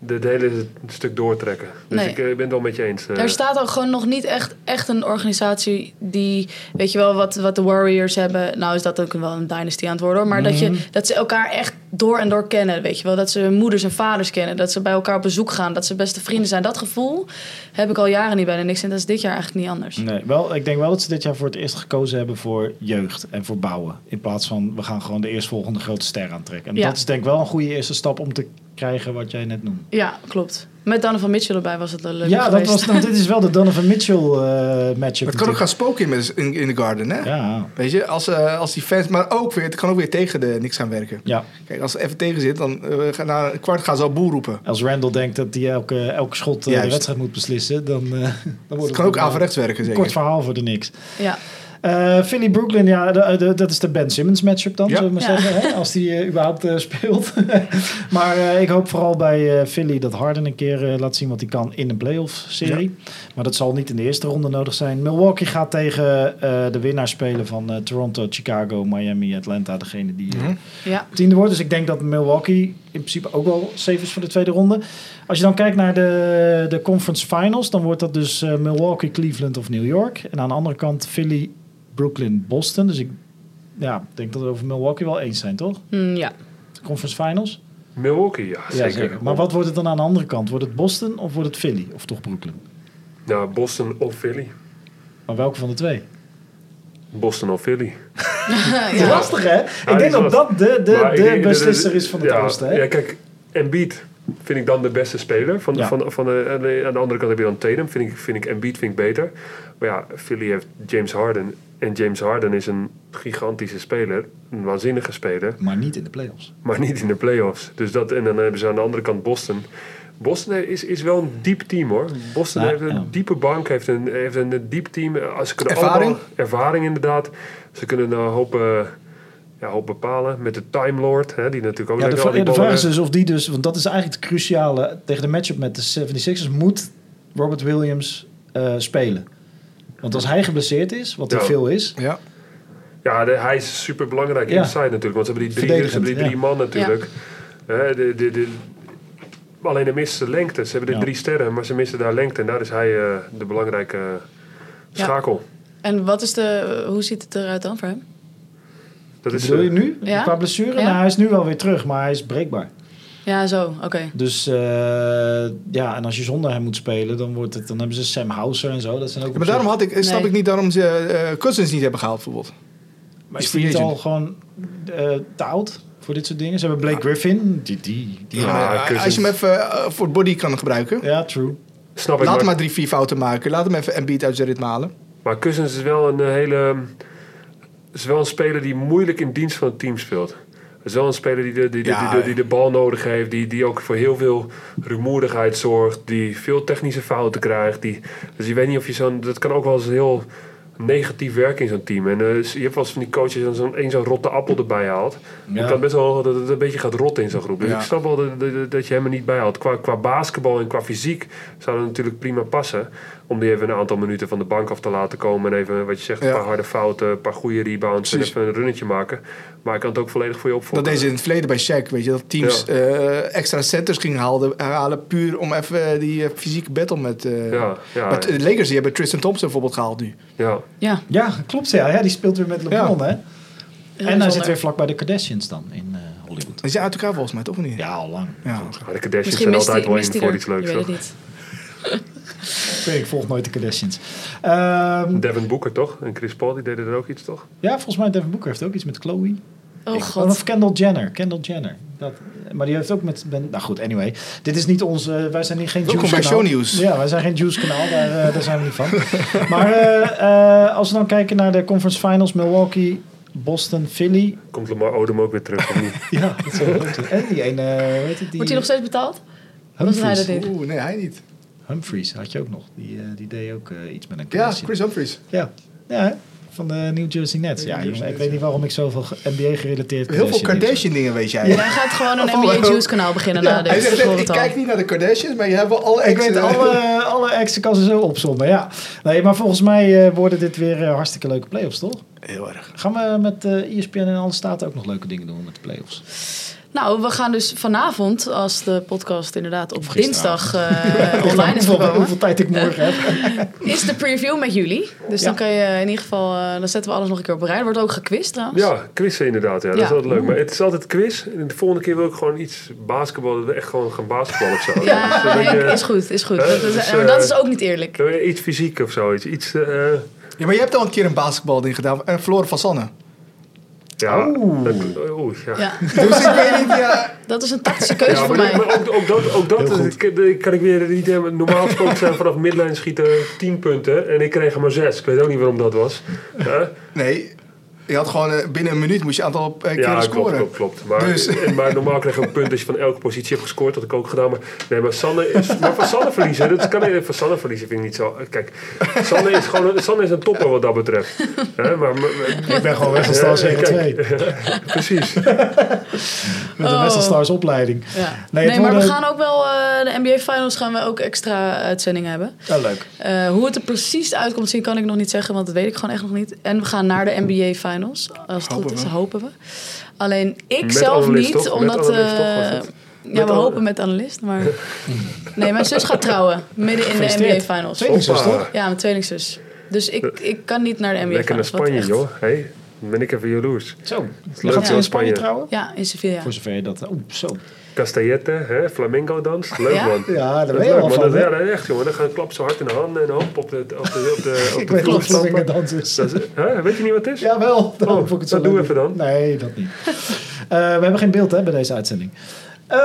Speaker 2: het hele stuk doortrekken. Dus
Speaker 3: Nee.
Speaker 2: ik eh, ben het wel met je eens. eh.
Speaker 3: Er staat ook gewoon nog niet echt, echt een organisatie die, weet je wel, wat, wat de Warriors hebben. Nou is dat ook wel een dynasty aan het worden, hoor. maar dat, je, dat ze elkaar echt door en door kennen, weet je wel. Dat ze hun moeders en vaders kennen, dat ze bij elkaar op bezoek gaan, dat ze beste vrienden zijn. Dat gevoel heb ik al jaren niet bij de niks en dat is dit jaar eigenlijk niet anders.
Speaker 1: Nee, wel, ik denk wel dat ze dit jaar voor het eerst gekozen hebben voor jeugd en voor bouwen. In plaats van we gaan gewoon de eerstvolgende grote ster aantrekken. En
Speaker 3: Ja.
Speaker 1: dat is denk ik wel een goede eerste stap om te krijgen wat jij net noemt.
Speaker 3: Ja, klopt. Met Donovan Mitchell erbij was het wel leuk
Speaker 1: Ja, dat
Speaker 3: geweest.
Speaker 1: was, nou, dit is wel de Donovan Mitchell eh matchup.
Speaker 4: Maar het kan ook
Speaker 1: natuurlijk.
Speaker 4: gaan spoken in, met- in, in de Garden, hè?
Speaker 1: Ja,
Speaker 4: Weet je, als, eh, als die fans... Maar ook weer, het kan ook weer tegen de niks gaan werken.
Speaker 1: ja.
Speaker 4: Kijk, als ze even tegen zit, dan eh, gaan na een kwart gaan ze al boel roepen.
Speaker 1: Als Randall denkt dat hij elke, elke schot eh, de
Speaker 4: Juist.
Speaker 1: wedstrijd moet beslissen, dan, eh, dan wordt
Speaker 4: Het kan ook
Speaker 1: een, eh,
Speaker 4: averechts werken,
Speaker 1: een
Speaker 4: zeker.
Speaker 1: kort verhaal voor de niks.
Speaker 3: Ja,
Speaker 1: Eh, Philly Brooklyn, ja, de- de- dat is de Ben Simmons matchup dan,
Speaker 4: Ja.
Speaker 1: zullen we maar
Speaker 3: Ja.
Speaker 1: zeggen. Hè? Als die eh, überhaupt eh, speelt. maar eh, ik hoop vooral bij eh, Philly dat Harden een keer eh, laat zien wat hij kan in een playoff-serie. Maar dat zal niet in de eerste ronde nodig zijn. Milwaukee gaat tegen eh, de winnaar spelen van eh, Toronto, Chicago, Miami, Atlanta. Degene die eh,
Speaker 4: Mhm.
Speaker 3: ja.
Speaker 1: tiende wordt. Dus ik denk dat Milwaukee in principe ook wel safe is voor de tweede ronde. Als je dan kijkt naar de, de conference finals, dan wordt dat dus eh, Milwaukee, Cleveland of New York. En aan de andere kant Philly, Brooklyn, Boston. Dus ik ja, ik denk dat we over Milwaukee wel eens zijn, toch?
Speaker 3: Hm, ja.
Speaker 1: De conference finals?
Speaker 2: Milwaukee, ja zeker.
Speaker 1: Maar wat wordt het dan aan de andere kant? Wordt het Boston of wordt het Philly? Of toch Brooklyn?
Speaker 2: Nou, Boston of Philly.
Speaker 1: Maar welke van de twee?
Speaker 2: Boston of Philly.
Speaker 3: Ja.
Speaker 1: Lastig, hè? ik
Speaker 2: die
Speaker 1: denk
Speaker 2: is
Speaker 1: dat
Speaker 2: lastig.
Speaker 1: dat de, de,
Speaker 2: Maar ik
Speaker 1: de
Speaker 2: denk-
Speaker 1: beslisser is van het
Speaker 2: ja,
Speaker 1: oosten, hè?
Speaker 2: Ja, kijk, Embiid vind ik dan de beste speler. Van,
Speaker 1: Ja.
Speaker 2: van, van de, aan de- aan de andere kant heb je dan Tatum. Vind ik, vind ik Embiid vind ik beter. Maar ja, Philly heeft James Harden. En James Harden is een gigantische speler. Een waanzinnige speler.
Speaker 1: Maar niet in de playoffs.
Speaker 2: Maar niet in de playoffs. Dus dat, en dan hebben ze aan de andere kant Boston. Boston is, is wel een diep team hoor. Boston
Speaker 1: Nou,
Speaker 2: heeft een
Speaker 1: ja.
Speaker 2: diepe bank, heeft een, heeft een diep team. Eh, Ze kunnen
Speaker 4: Ervaring?
Speaker 2: allemaal- ervaring inderdaad. Ze kunnen een hoop, eh, ja, hoop bepalen. Met de Time Lord, hè, die natuurlijk ook
Speaker 1: Ja, de,
Speaker 2: lekker al
Speaker 1: vra- de
Speaker 2: die ballen
Speaker 1: vraag is
Speaker 2: heeft.
Speaker 1: dus of die dus, want dat is eigenlijk het cruciale tegen de matchup met de 76ers, moet Robert Williams eh, spelen. Want als hij geblesseerd is, wat er
Speaker 2: Ja.
Speaker 1: veel is, dus-
Speaker 4: Ja.
Speaker 2: Ja, de- hij is super belangrijk
Speaker 1: Ja.
Speaker 2: inside natuurlijk. Want ze hebben die drie, ze hebben die
Speaker 1: Verdedigend,
Speaker 2: drie
Speaker 1: ja.
Speaker 2: man natuurlijk. Hè, de, de, de, alleen de missen lengte. Ze hebben de
Speaker 1: Ja.
Speaker 2: drie sterren, maar ze missen daar lengte. En daar is hij eh, de belangrijke
Speaker 3: Ja.
Speaker 2: schakel.
Speaker 3: En wat is de, hoe ziet het eruit dan voor hem?
Speaker 2: Dat is,
Speaker 1: bedoel je
Speaker 2: eh,
Speaker 1: nu?
Speaker 3: Ja.
Speaker 1: Qua blessure?
Speaker 3: Ja.
Speaker 1: Nou, hij is nu wel weer terug, maar hij is breekbaar.
Speaker 3: Ja, zo, oké.
Speaker 1: Dus eh, ja, en als je zonder hem moet spelen, dan, wordt het, dan hebben ze Sam Houser en zo. Dat zijn ook
Speaker 4: maar daarom had ik, eh, snap
Speaker 3: Nee.
Speaker 4: ik niet daarom ze eh, Cousins niet hebben gehaald bijvoorbeeld.
Speaker 1: Maar is
Speaker 4: Free
Speaker 1: die niet
Speaker 4: agent.
Speaker 1: al gewoon eh te oud voor dit soort dingen? Ze hebben Blake Griffin. Die, die, die.
Speaker 2: Ja,
Speaker 1: Ja,
Speaker 4: Maar, eh,
Speaker 2: Cousins.
Speaker 4: als je hem even eh, voor het body kan gebruiken.
Speaker 1: true.
Speaker 2: snap ik
Speaker 4: Laat
Speaker 2: maar.
Speaker 4: hem maar drie, vier fouten maken. Laat hem even Embiid uit zijn ritme halen.
Speaker 2: Maar Cousins is wel een eh, hele... is wel een speler die moeilijk in dienst van het team speelt. is wel een speler die de, die, de-
Speaker 4: Ja.
Speaker 2: die, de, die de bal nodig heeft. Die, die ook voor heel veel rumoerigheid zorgt. Die veel technische fouten krijgt. Die, dus je weet niet of je zo'n... Dat kan ook wel eens heel negatief werken in zo'n team. En eh, je hebt wel eens van die coaches dan zo'n één zo'n rotte appel erbij haalt.
Speaker 1: Ja.
Speaker 2: Je kan best wel dat het een beetje gaat rotten in zo'n groep. Dus
Speaker 4: Ja.
Speaker 2: ik snap wel dat, dat, dat je hem er niet bij haalt. Qua, qua basketbal en qua fysiek zou dat natuurlijk prima passen. Om die even een aantal minuten van de bank af te laten komen. En even, wat je zegt,
Speaker 4: Ja.
Speaker 2: een paar harde fouten, een paar goede rebounds. En
Speaker 4: Precies.
Speaker 2: even een runnetje maken. Maar ik kan het ook volledig voor je opvolgen.
Speaker 4: Dat deze in het verleden bij Shaq, weet je, dat teams
Speaker 2: Ja.
Speaker 4: eh, extra centers gingen halen, halen puur om even die eh, fysieke battle met... eh
Speaker 2: Ja, ja,
Speaker 4: maar de Lakers die hebben Tristan Thompson bijvoorbeeld gehaald nu.
Speaker 2: ja.
Speaker 3: Ja.
Speaker 1: Ja, klopt. Ja. ja, die speelt weer met LeBron, hè?
Speaker 3: heel
Speaker 1: en hij zit
Speaker 3: bijzonder.
Speaker 1: weer vlak bij de Kardashians dan in eh, Hollywood.
Speaker 4: Die zijn uit elkaar volgens mij, toch of niet?
Speaker 1: Ja, al lang.
Speaker 4: Ja.
Speaker 2: Maar de Kardashians
Speaker 3: Misschien
Speaker 2: zijn
Speaker 3: mist
Speaker 2: altijd
Speaker 3: hij,
Speaker 2: wel
Speaker 3: mist
Speaker 2: in
Speaker 3: hij
Speaker 2: voor
Speaker 3: er.
Speaker 2: iets leuks.
Speaker 3: Ik
Speaker 2: Toch?
Speaker 3: weet het niet.
Speaker 1: Ik, weet, ik volg nooit de Kardashians. Ehm,
Speaker 2: Devin Booker toch? En Chris Paul, die deden er ook iets toch?
Speaker 1: ja, volgens mij Devin Booker heeft ook iets met Chloe.
Speaker 3: Oh
Speaker 1: Ik- Of
Speaker 3: god.
Speaker 1: Kendall Jenner. Kendall Jenner. Dat, maar die heeft ook met... Ben, nou goed, anyway. Dit is niet ons... eh, wij zijn niet geen
Speaker 4: Welkom
Speaker 1: Juice
Speaker 4: bij
Speaker 1: kanaal.
Speaker 4: Shownieuws.
Speaker 1: Ja, wij zijn geen Juice kanaal. Daar, eh, daar zijn we niet van. Maar eh, eh, als we dan kijken naar de conference finals. Milwaukee, Boston, Philly.
Speaker 2: Komt Lamar Odom ook weer terug of niet?
Speaker 1: Ja, dat zou ook zijn. En die ene... eh, hoe heet het? Die,
Speaker 3: Wordt hij nog steeds betaald?
Speaker 1: Humphries.
Speaker 3: was hij dat niet?
Speaker 4: Oeh, nee, hij niet.
Speaker 1: Humphries had je ook nog. Die, eh, die deed ook eh, iets met een
Speaker 4: Ja,
Speaker 1: Kardashian.
Speaker 4: Chris Humphries.
Speaker 1: Ja, ja hè? van de New Jersey Nets. Ja,
Speaker 4: New
Speaker 1: jongen,
Speaker 4: Jersey
Speaker 1: ik weet niet waarom ik zoveel NBA-gerelateerd
Speaker 4: Heel veel Kardashian dingen weet jij.
Speaker 3: Hij gaat gewoon een
Speaker 4: Oh,
Speaker 3: NBA
Speaker 4: oh.
Speaker 3: Juice kanaal beginnen
Speaker 4: Ja,
Speaker 3: na dit.
Speaker 4: hij zegt,
Speaker 3: Ik hoor
Speaker 4: net, ik
Speaker 3: het al.
Speaker 4: kijk niet naar de Kardashians, maar je hebt wel alle
Speaker 1: Ik
Speaker 4: ex-
Speaker 1: weet alle, alle exen kan ze zo opzommen, ja. Nee, maar volgens mij eh, worden dit weer eh, hartstikke leuke playoffs, toch?
Speaker 4: Heel erg.
Speaker 1: Gaan we met eh ESPN en alle staten ook nog leuke dingen doen met de playoffs?
Speaker 3: Nou, we gaan dus vanavond, als de podcast inderdaad op
Speaker 1: gisteravond.
Speaker 3: dinsdag eh, online is
Speaker 1: Hoeveel-
Speaker 3: gekomen,
Speaker 1: Hoeveel tijd ik morgen heb.
Speaker 3: is de preview met jullie. Dus
Speaker 1: Ja.
Speaker 3: dan kan je in ieder geval, eh, dan zetten we alles nog een keer op rij. Er wordt ook gequiz trouwens.
Speaker 2: Ja, quizzen inderdaad. Ja. Dat is
Speaker 3: Ja.
Speaker 2: altijd leuk. Maar het is altijd quiz. En de volgende keer wil ik gewoon iets basketballen. Dat we echt gewoon gaan basketballen of zo.
Speaker 3: Ja,
Speaker 2: Dus een
Speaker 3: Henk,
Speaker 2: beetje-
Speaker 3: is goed, is goed.
Speaker 2: Hè,
Speaker 3: Dat is-
Speaker 2: dus,
Speaker 3: maar dat
Speaker 2: eh,
Speaker 3: is ook niet eerlijk.
Speaker 2: Eh, Iets fysiek of zoiets. Iets, eh, eh,
Speaker 4: Ja, maar je hebt al een keer een basketbalding gedaan en verloren van Sanne.
Speaker 2: ja.
Speaker 1: Oeh.
Speaker 2: Dat- oeh, ja.
Speaker 3: Ja,
Speaker 4: Dus ik weet niet, ja...
Speaker 3: dat is een tactische keuze
Speaker 2: Ja,
Speaker 3: voor
Speaker 2: maar,
Speaker 3: mij.
Speaker 2: maar ook, ook dat, ook dat
Speaker 1: Heel goed.
Speaker 2: eh, kan, eh, kan ik weer niet hebben. Normaal gesproken zijn vanaf midline schieten 10 punten. En ik kreeg er maar 6. Ik weet ook niet waarom dat was. Hè?
Speaker 4: Nee, je had gewoon eh, binnen een minuut moest je een aantal eh, keren
Speaker 2: Ja, klopt,
Speaker 4: scoren.
Speaker 2: klopt, klopt. Maar,
Speaker 4: Dus-
Speaker 2: en- maar normaal krijg je een punt als je van elke positie hebt gescoord. Dat had ik ook gedaan. Maar, nee, maar, Sanne is, maar van Sanne verliezen, dat kan ik, van Sanne verliezen vind ik niet zo... Kijk, Sanne is, gewoon, een- Sanne is een topper wat dat betreft. Hè, maar, maar- maar-
Speaker 1: Ik ben gewoon
Speaker 2: Wesselstar
Speaker 1: Wesselstar
Speaker 2: Ja, 7-2.
Speaker 1: 7-2.
Speaker 2: kijk. precies.
Speaker 1: Met een
Speaker 3: Oh.
Speaker 1: Wesselstars opleiding.
Speaker 3: Ja.
Speaker 1: Nee,
Speaker 3: Nee,
Speaker 1: het
Speaker 3: maar we
Speaker 1: worden-
Speaker 3: gaan ook wel, eh, de NBA Finals gaan we ook extra uitzendingen hebben.
Speaker 1: Ja, leuk.
Speaker 3: Eh, hoe het er precies uit komt zien kan ik nog niet zeggen, want dat weet ik gewoon echt nog niet. En we gaan naar de NBA Finals, als het
Speaker 4: Hopen
Speaker 3: goed is,
Speaker 4: we.
Speaker 3: hopen we. Alleen ik
Speaker 2: Met
Speaker 3: zelf
Speaker 2: analist,
Speaker 3: niet,
Speaker 2: toch? Met
Speaker 3: omdat...
Speaker 2: analist, toch, was
Speaker 3: eh,
Speaker 2: het?
Speaker 3: ja,
Speaker 2: Met
Speaker 3: we
Speaker 2: al-
Speaker 3: hopen met analist, maar... nee, mijn zus gaat trouwen, midden in de
Speaker 1: Gefeliciteerd.
Speaker 3: NBA Finals.
Speaker 1: Tweelingzus,
Speaker 2: Hoppa.
Speaker 1: toch?
Speaker 3: Ja, mijn tweelingzus. Dus ik, ik kan niet naar de NBA
Speaker 2: Lekker naar
Speaker 3: Finals. wat
Speaker 2: Spanje,
Speaker 3: echt-
Speaker 2: joh. Hey, dan ben ik even jaloers.
Speaker 1: Zo.
Speaker 2: leuk,
Speaker 1: Gaat ze
Speaker 2: ja.
Speaker 1: in Spanje
Speaker 2: Spanje.
Speaker 1: trouwen?
Speaker 3: Ja, in Sevilla.
Speaker 1: Voor zover je dat... Oeh, zo.
Speaker 2: Castellette, hè, flamingo dans. Leuk,
Speaker 3: Ja?
Speaker 2: man.
Speaker 1: Ja, daar
Speaker 2: Dat
Speaker 1: ben
Speaker 2: is
Speaker 1: je
Speaker 2: leuk,
Speaker 1: al
Speaker 2: man.
Speaker 1: van,
Speaker 2: Dat,
Speaker 1: hè?
Speaker 2: ja, dat is echt, jongen. Dan gaan klap zo hard in de handen en hop op de, op de, op de, op de,
Speaker 1: Ik weet
Speaker 2: vloer
Speaker 1: niet of
Speaker 2: stampen.
Speaker 1: ik dans is.
Speaker 2: Dat is- hè, weet je niet wat het is?
Speaker 1: Jawel, dan
Speaker 2: Oh,
Speaker 1: hoef ik het zo
Speaker 2: dat doen we
Speaker 1: leuk.
Speaker 2: even dan.
Speaker 1: Nee, dat niet. Eh, we hebben geen beeld hè, bij deze uitzending. Ehm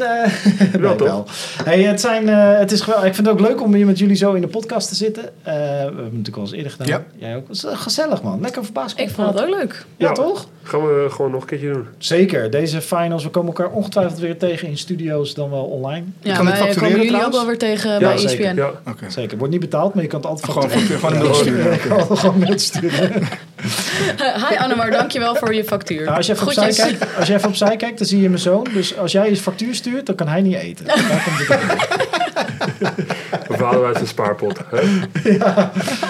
Speaker 1: eh,
Speaker 2: Wel,
Speaker 1: nee,
Speaker 2: toch?
Speaker 1: Hey, het, zijn, eh, het is geweldig. Ik vind het ook leuk om hier met jullie zo in de podcast te zitten. Eh, we hebben het natuurlijk al eens eerder gedaan.
Speaker 4: Ja.
Speaker 1: Jij ook. Het is eh, gezellig, man. Lekker verbaasd.
Speaker 3: Ik vond het ook leuk.
Speaker 1: Ja,
Speaker 2: Ja.
Speaker 1: toch?
Speaker 2: Gaan we gewoon nog een keertje doen.
Speaker 1: Zeker. Deze finals, we komen elkaar ongetwijfeld weer tegen in studio's dan wel online.
Speaker 3: Ja, wij
Speaker 4: kan dit
Speaker 3: komen
Speaker 4: factureren
Speaker 3: jullie ook
Speaker 4: trouwens?
Speaker 3: wel weer tegen bij E ESPN.
Speaker 1: zeker.
Speaker 2: Ja.
Speaker 4: Oké.
Speaker 1: Zeker. Het wordt niet betaald, maar je kan het altijd
Speaker 4: Gewoon,
Speaker 1: factureren.
Speaker 4: gewoon een
Speaker 1: Ja,
Speaker 4: mail sturen.
Speaker 1: Je kan het gewoon mail sturen.
Speaker 3: Hi Annemar, dankjewel voor je factuur.
Speaker 1: Nou, als, je even opzij
Speaker 3: Groetjes.
Speaker 1: kijkt, als je even opzij kijkt, dan zie je mijn zoon. Dus als jij je factuur stuurt, dan kan hij niet eten. Daar komt het op neer.
Speaker 2: Mijn vader uit zijn spaarpot. hè.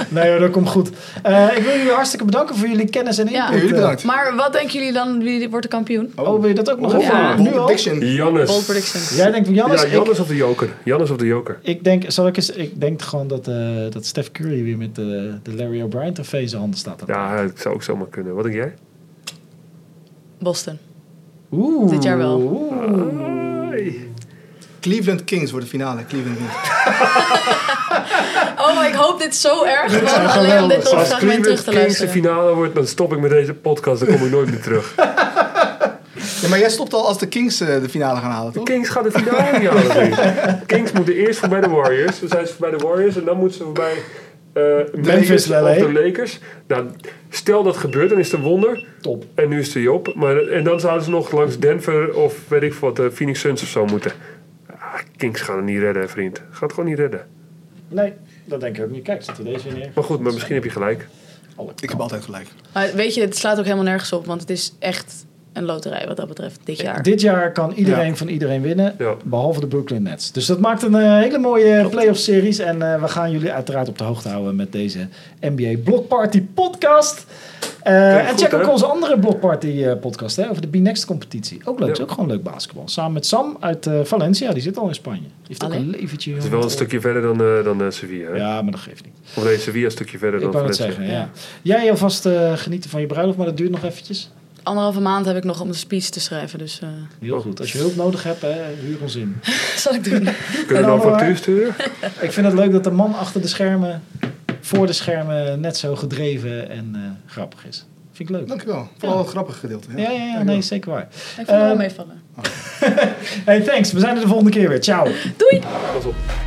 Speaker 1: Nee hoor, dat komt goed. Eh, ik wil jullie hartstikke bedanken voor jullie kennis en
Speaker 3: Ja.
Speaker 1: input.
Speaker 4: Ja, jullie bedankt.
Speaker 3: Maar wat denken jullie dan? Wie wordt de kampioen?
Speaker 1: Oh, wil je dat ook nog
Speaker 3: Oh,
Speaker 1: even?
Speaker 3: ja.
Speaker 1: Nu al?
Speaker 4: Prediction.
Speaker 3: Bold
Speaker 2: Jannes.
Speaker 3: prediction.
Speaker 1: Jij denkt Jannes?
Speaker 2: Ja, Jannes of de Joker. Jannes of de Joker.
Speaker 1: Ik, ik denk, zal ik eens, ik denk gewoon dat, eh, dat Steph Curry weer met eh, de, de Larry O'Brien trofee in zijn handen staat.
Speaker 2: Ja, dat zou ook zomaar kunnen. Wat denk jij?
Speaker 3: Boston.
Speaker 1: Oeh.
Speaker 3: dit jaar wel.
Speaker 1: Oeh.
Speaker 4: Cleveland Kings wordt de finale. Cleveland Kings.
Speaker 3: Oh, maar ik hoop dit zo erg.
Speaker 1: zou
Speaker 3: Gewoon alleen om
Speaker 1: geweldig
Speaker 3: dit nog
Speaker 2: Als
Speaker 3: fragment terug
Speaker 2: Cleveland Kings
Speaker 3: te
Speaker 2: de
Speaker 3: luisteren.
Speaker 2: finale wordt, dan stop ik met deze podcast. Dan kom ik nooit meer terug.
Speaker 4: Ja, maar jij stopt al als de Kings eh, de finale gaan halen,
Speaker 2: De
Speaker 4: toch?
Speaker 2: Kings gaat de finale niet halen. denk ik. Kings moeten eerst voorbij de Warriors. Dan zijn ze voorbij de Warriors en dan moeten ze voorbij eh
Speaker 1: Memphis,
Speaker 2: Lakers of
Speaker 1: LA.
Speaker 2: de Lakers. Nou, stel dat gebeurt, dan is het een wonder.
Speaker 1: Top.
Speaker 2: En nu is de Job. Maar, en dan zouden ze nog langs Denver of weet ik wat, eh, Phoenix Suns of zo moeten. Ah, Kings gaan het niet redden, vriend. Gaat het gewoon niet redden.
Speaker 1: Nee, dat denk ik ook niet. Kijk, zet er deze weer neer.
Speaker 2: Maar goed, maar misschien heb je gelijk.
Speaker 1: Alle
Speaker 4: Ik heb altijd gelijk.
Speaker 3: Maar weet je, het slaat ook helemaal nergens op. Want het is echt een loterij wat dat betreft dit jaar.
Speaker 1: Dit jaar kan iedereen
Speaker 4: Ja.
Speaker 1: van iedereen winnen,
Speaker 2: Ja.
Speaker 1: behalve de Brooklyn Nets. Dus dat maakt een eh, hele mooie playoff series. En eh, we gaan jullie uiteraard op de hoogte houden met deze NBA Block Party podcast. Eh, en
Speaker 2: goed,
Speaker 1: check ook
Speaker 2: hè?
Speaker 1: onze andere Block Party eh, podcast hè, over de B-Next competitie. Ook leuk,
Speaker 2: Ja.
Speaker 1: is ook gewoon leuk basketbal. Samen met Sam uit eh, Valencia, die zit al in Spanje. Die heeft ook
Speaker 3: Allee.
Speaker 1: een leventje.
Speaker 2: Het is wel een stukje verder dan, eh, dan eh, Sevilla. Hè?
Speaker 1: Ja, maar dat geeft niet.
Speaker 2: Of nee, Sevilla een stukje verder
Speaker 1: Ik
Speaker 2: dan
Speaker 1: wou het
Speaker 2: Valencia.
Speaker 1: zeggen, ja. Jij alvast eh, genieten van je bruiloft, maar dat duurt nog eventjes.
Speaker 3: Anderhalve maand heb ik nog om de speech te schrijven. Dus eh
Speaker 1: Heel goed. Als je hulp nodig hebt, hè, huur ons in.
Speaker 3: zal ik doen.
Speaker 2: Kunnen we dan
Speaker 1: Ja, maar-
Speaker 2: factuur sturen?
Speaker 1: Ik vind het leuk dat de man achter de schermen, voor de schermen, net zo gedreven en eh, grappig is. Vind ik leuk.
Speaker 4: Dankjewel. Vooral het grappige gedeelte.
Speaker 1: Ja, ja, ja, nee, zeker waar.
Speaker 3: Ik vond het wel
Speaker 1: Eh,
Speaker 3: meevallen.
Speaker 1: Hey, thanks. We zijn er de volgende keer weer. Ciao.
Speaker 3: Doei!
Speaker 2: Pas op.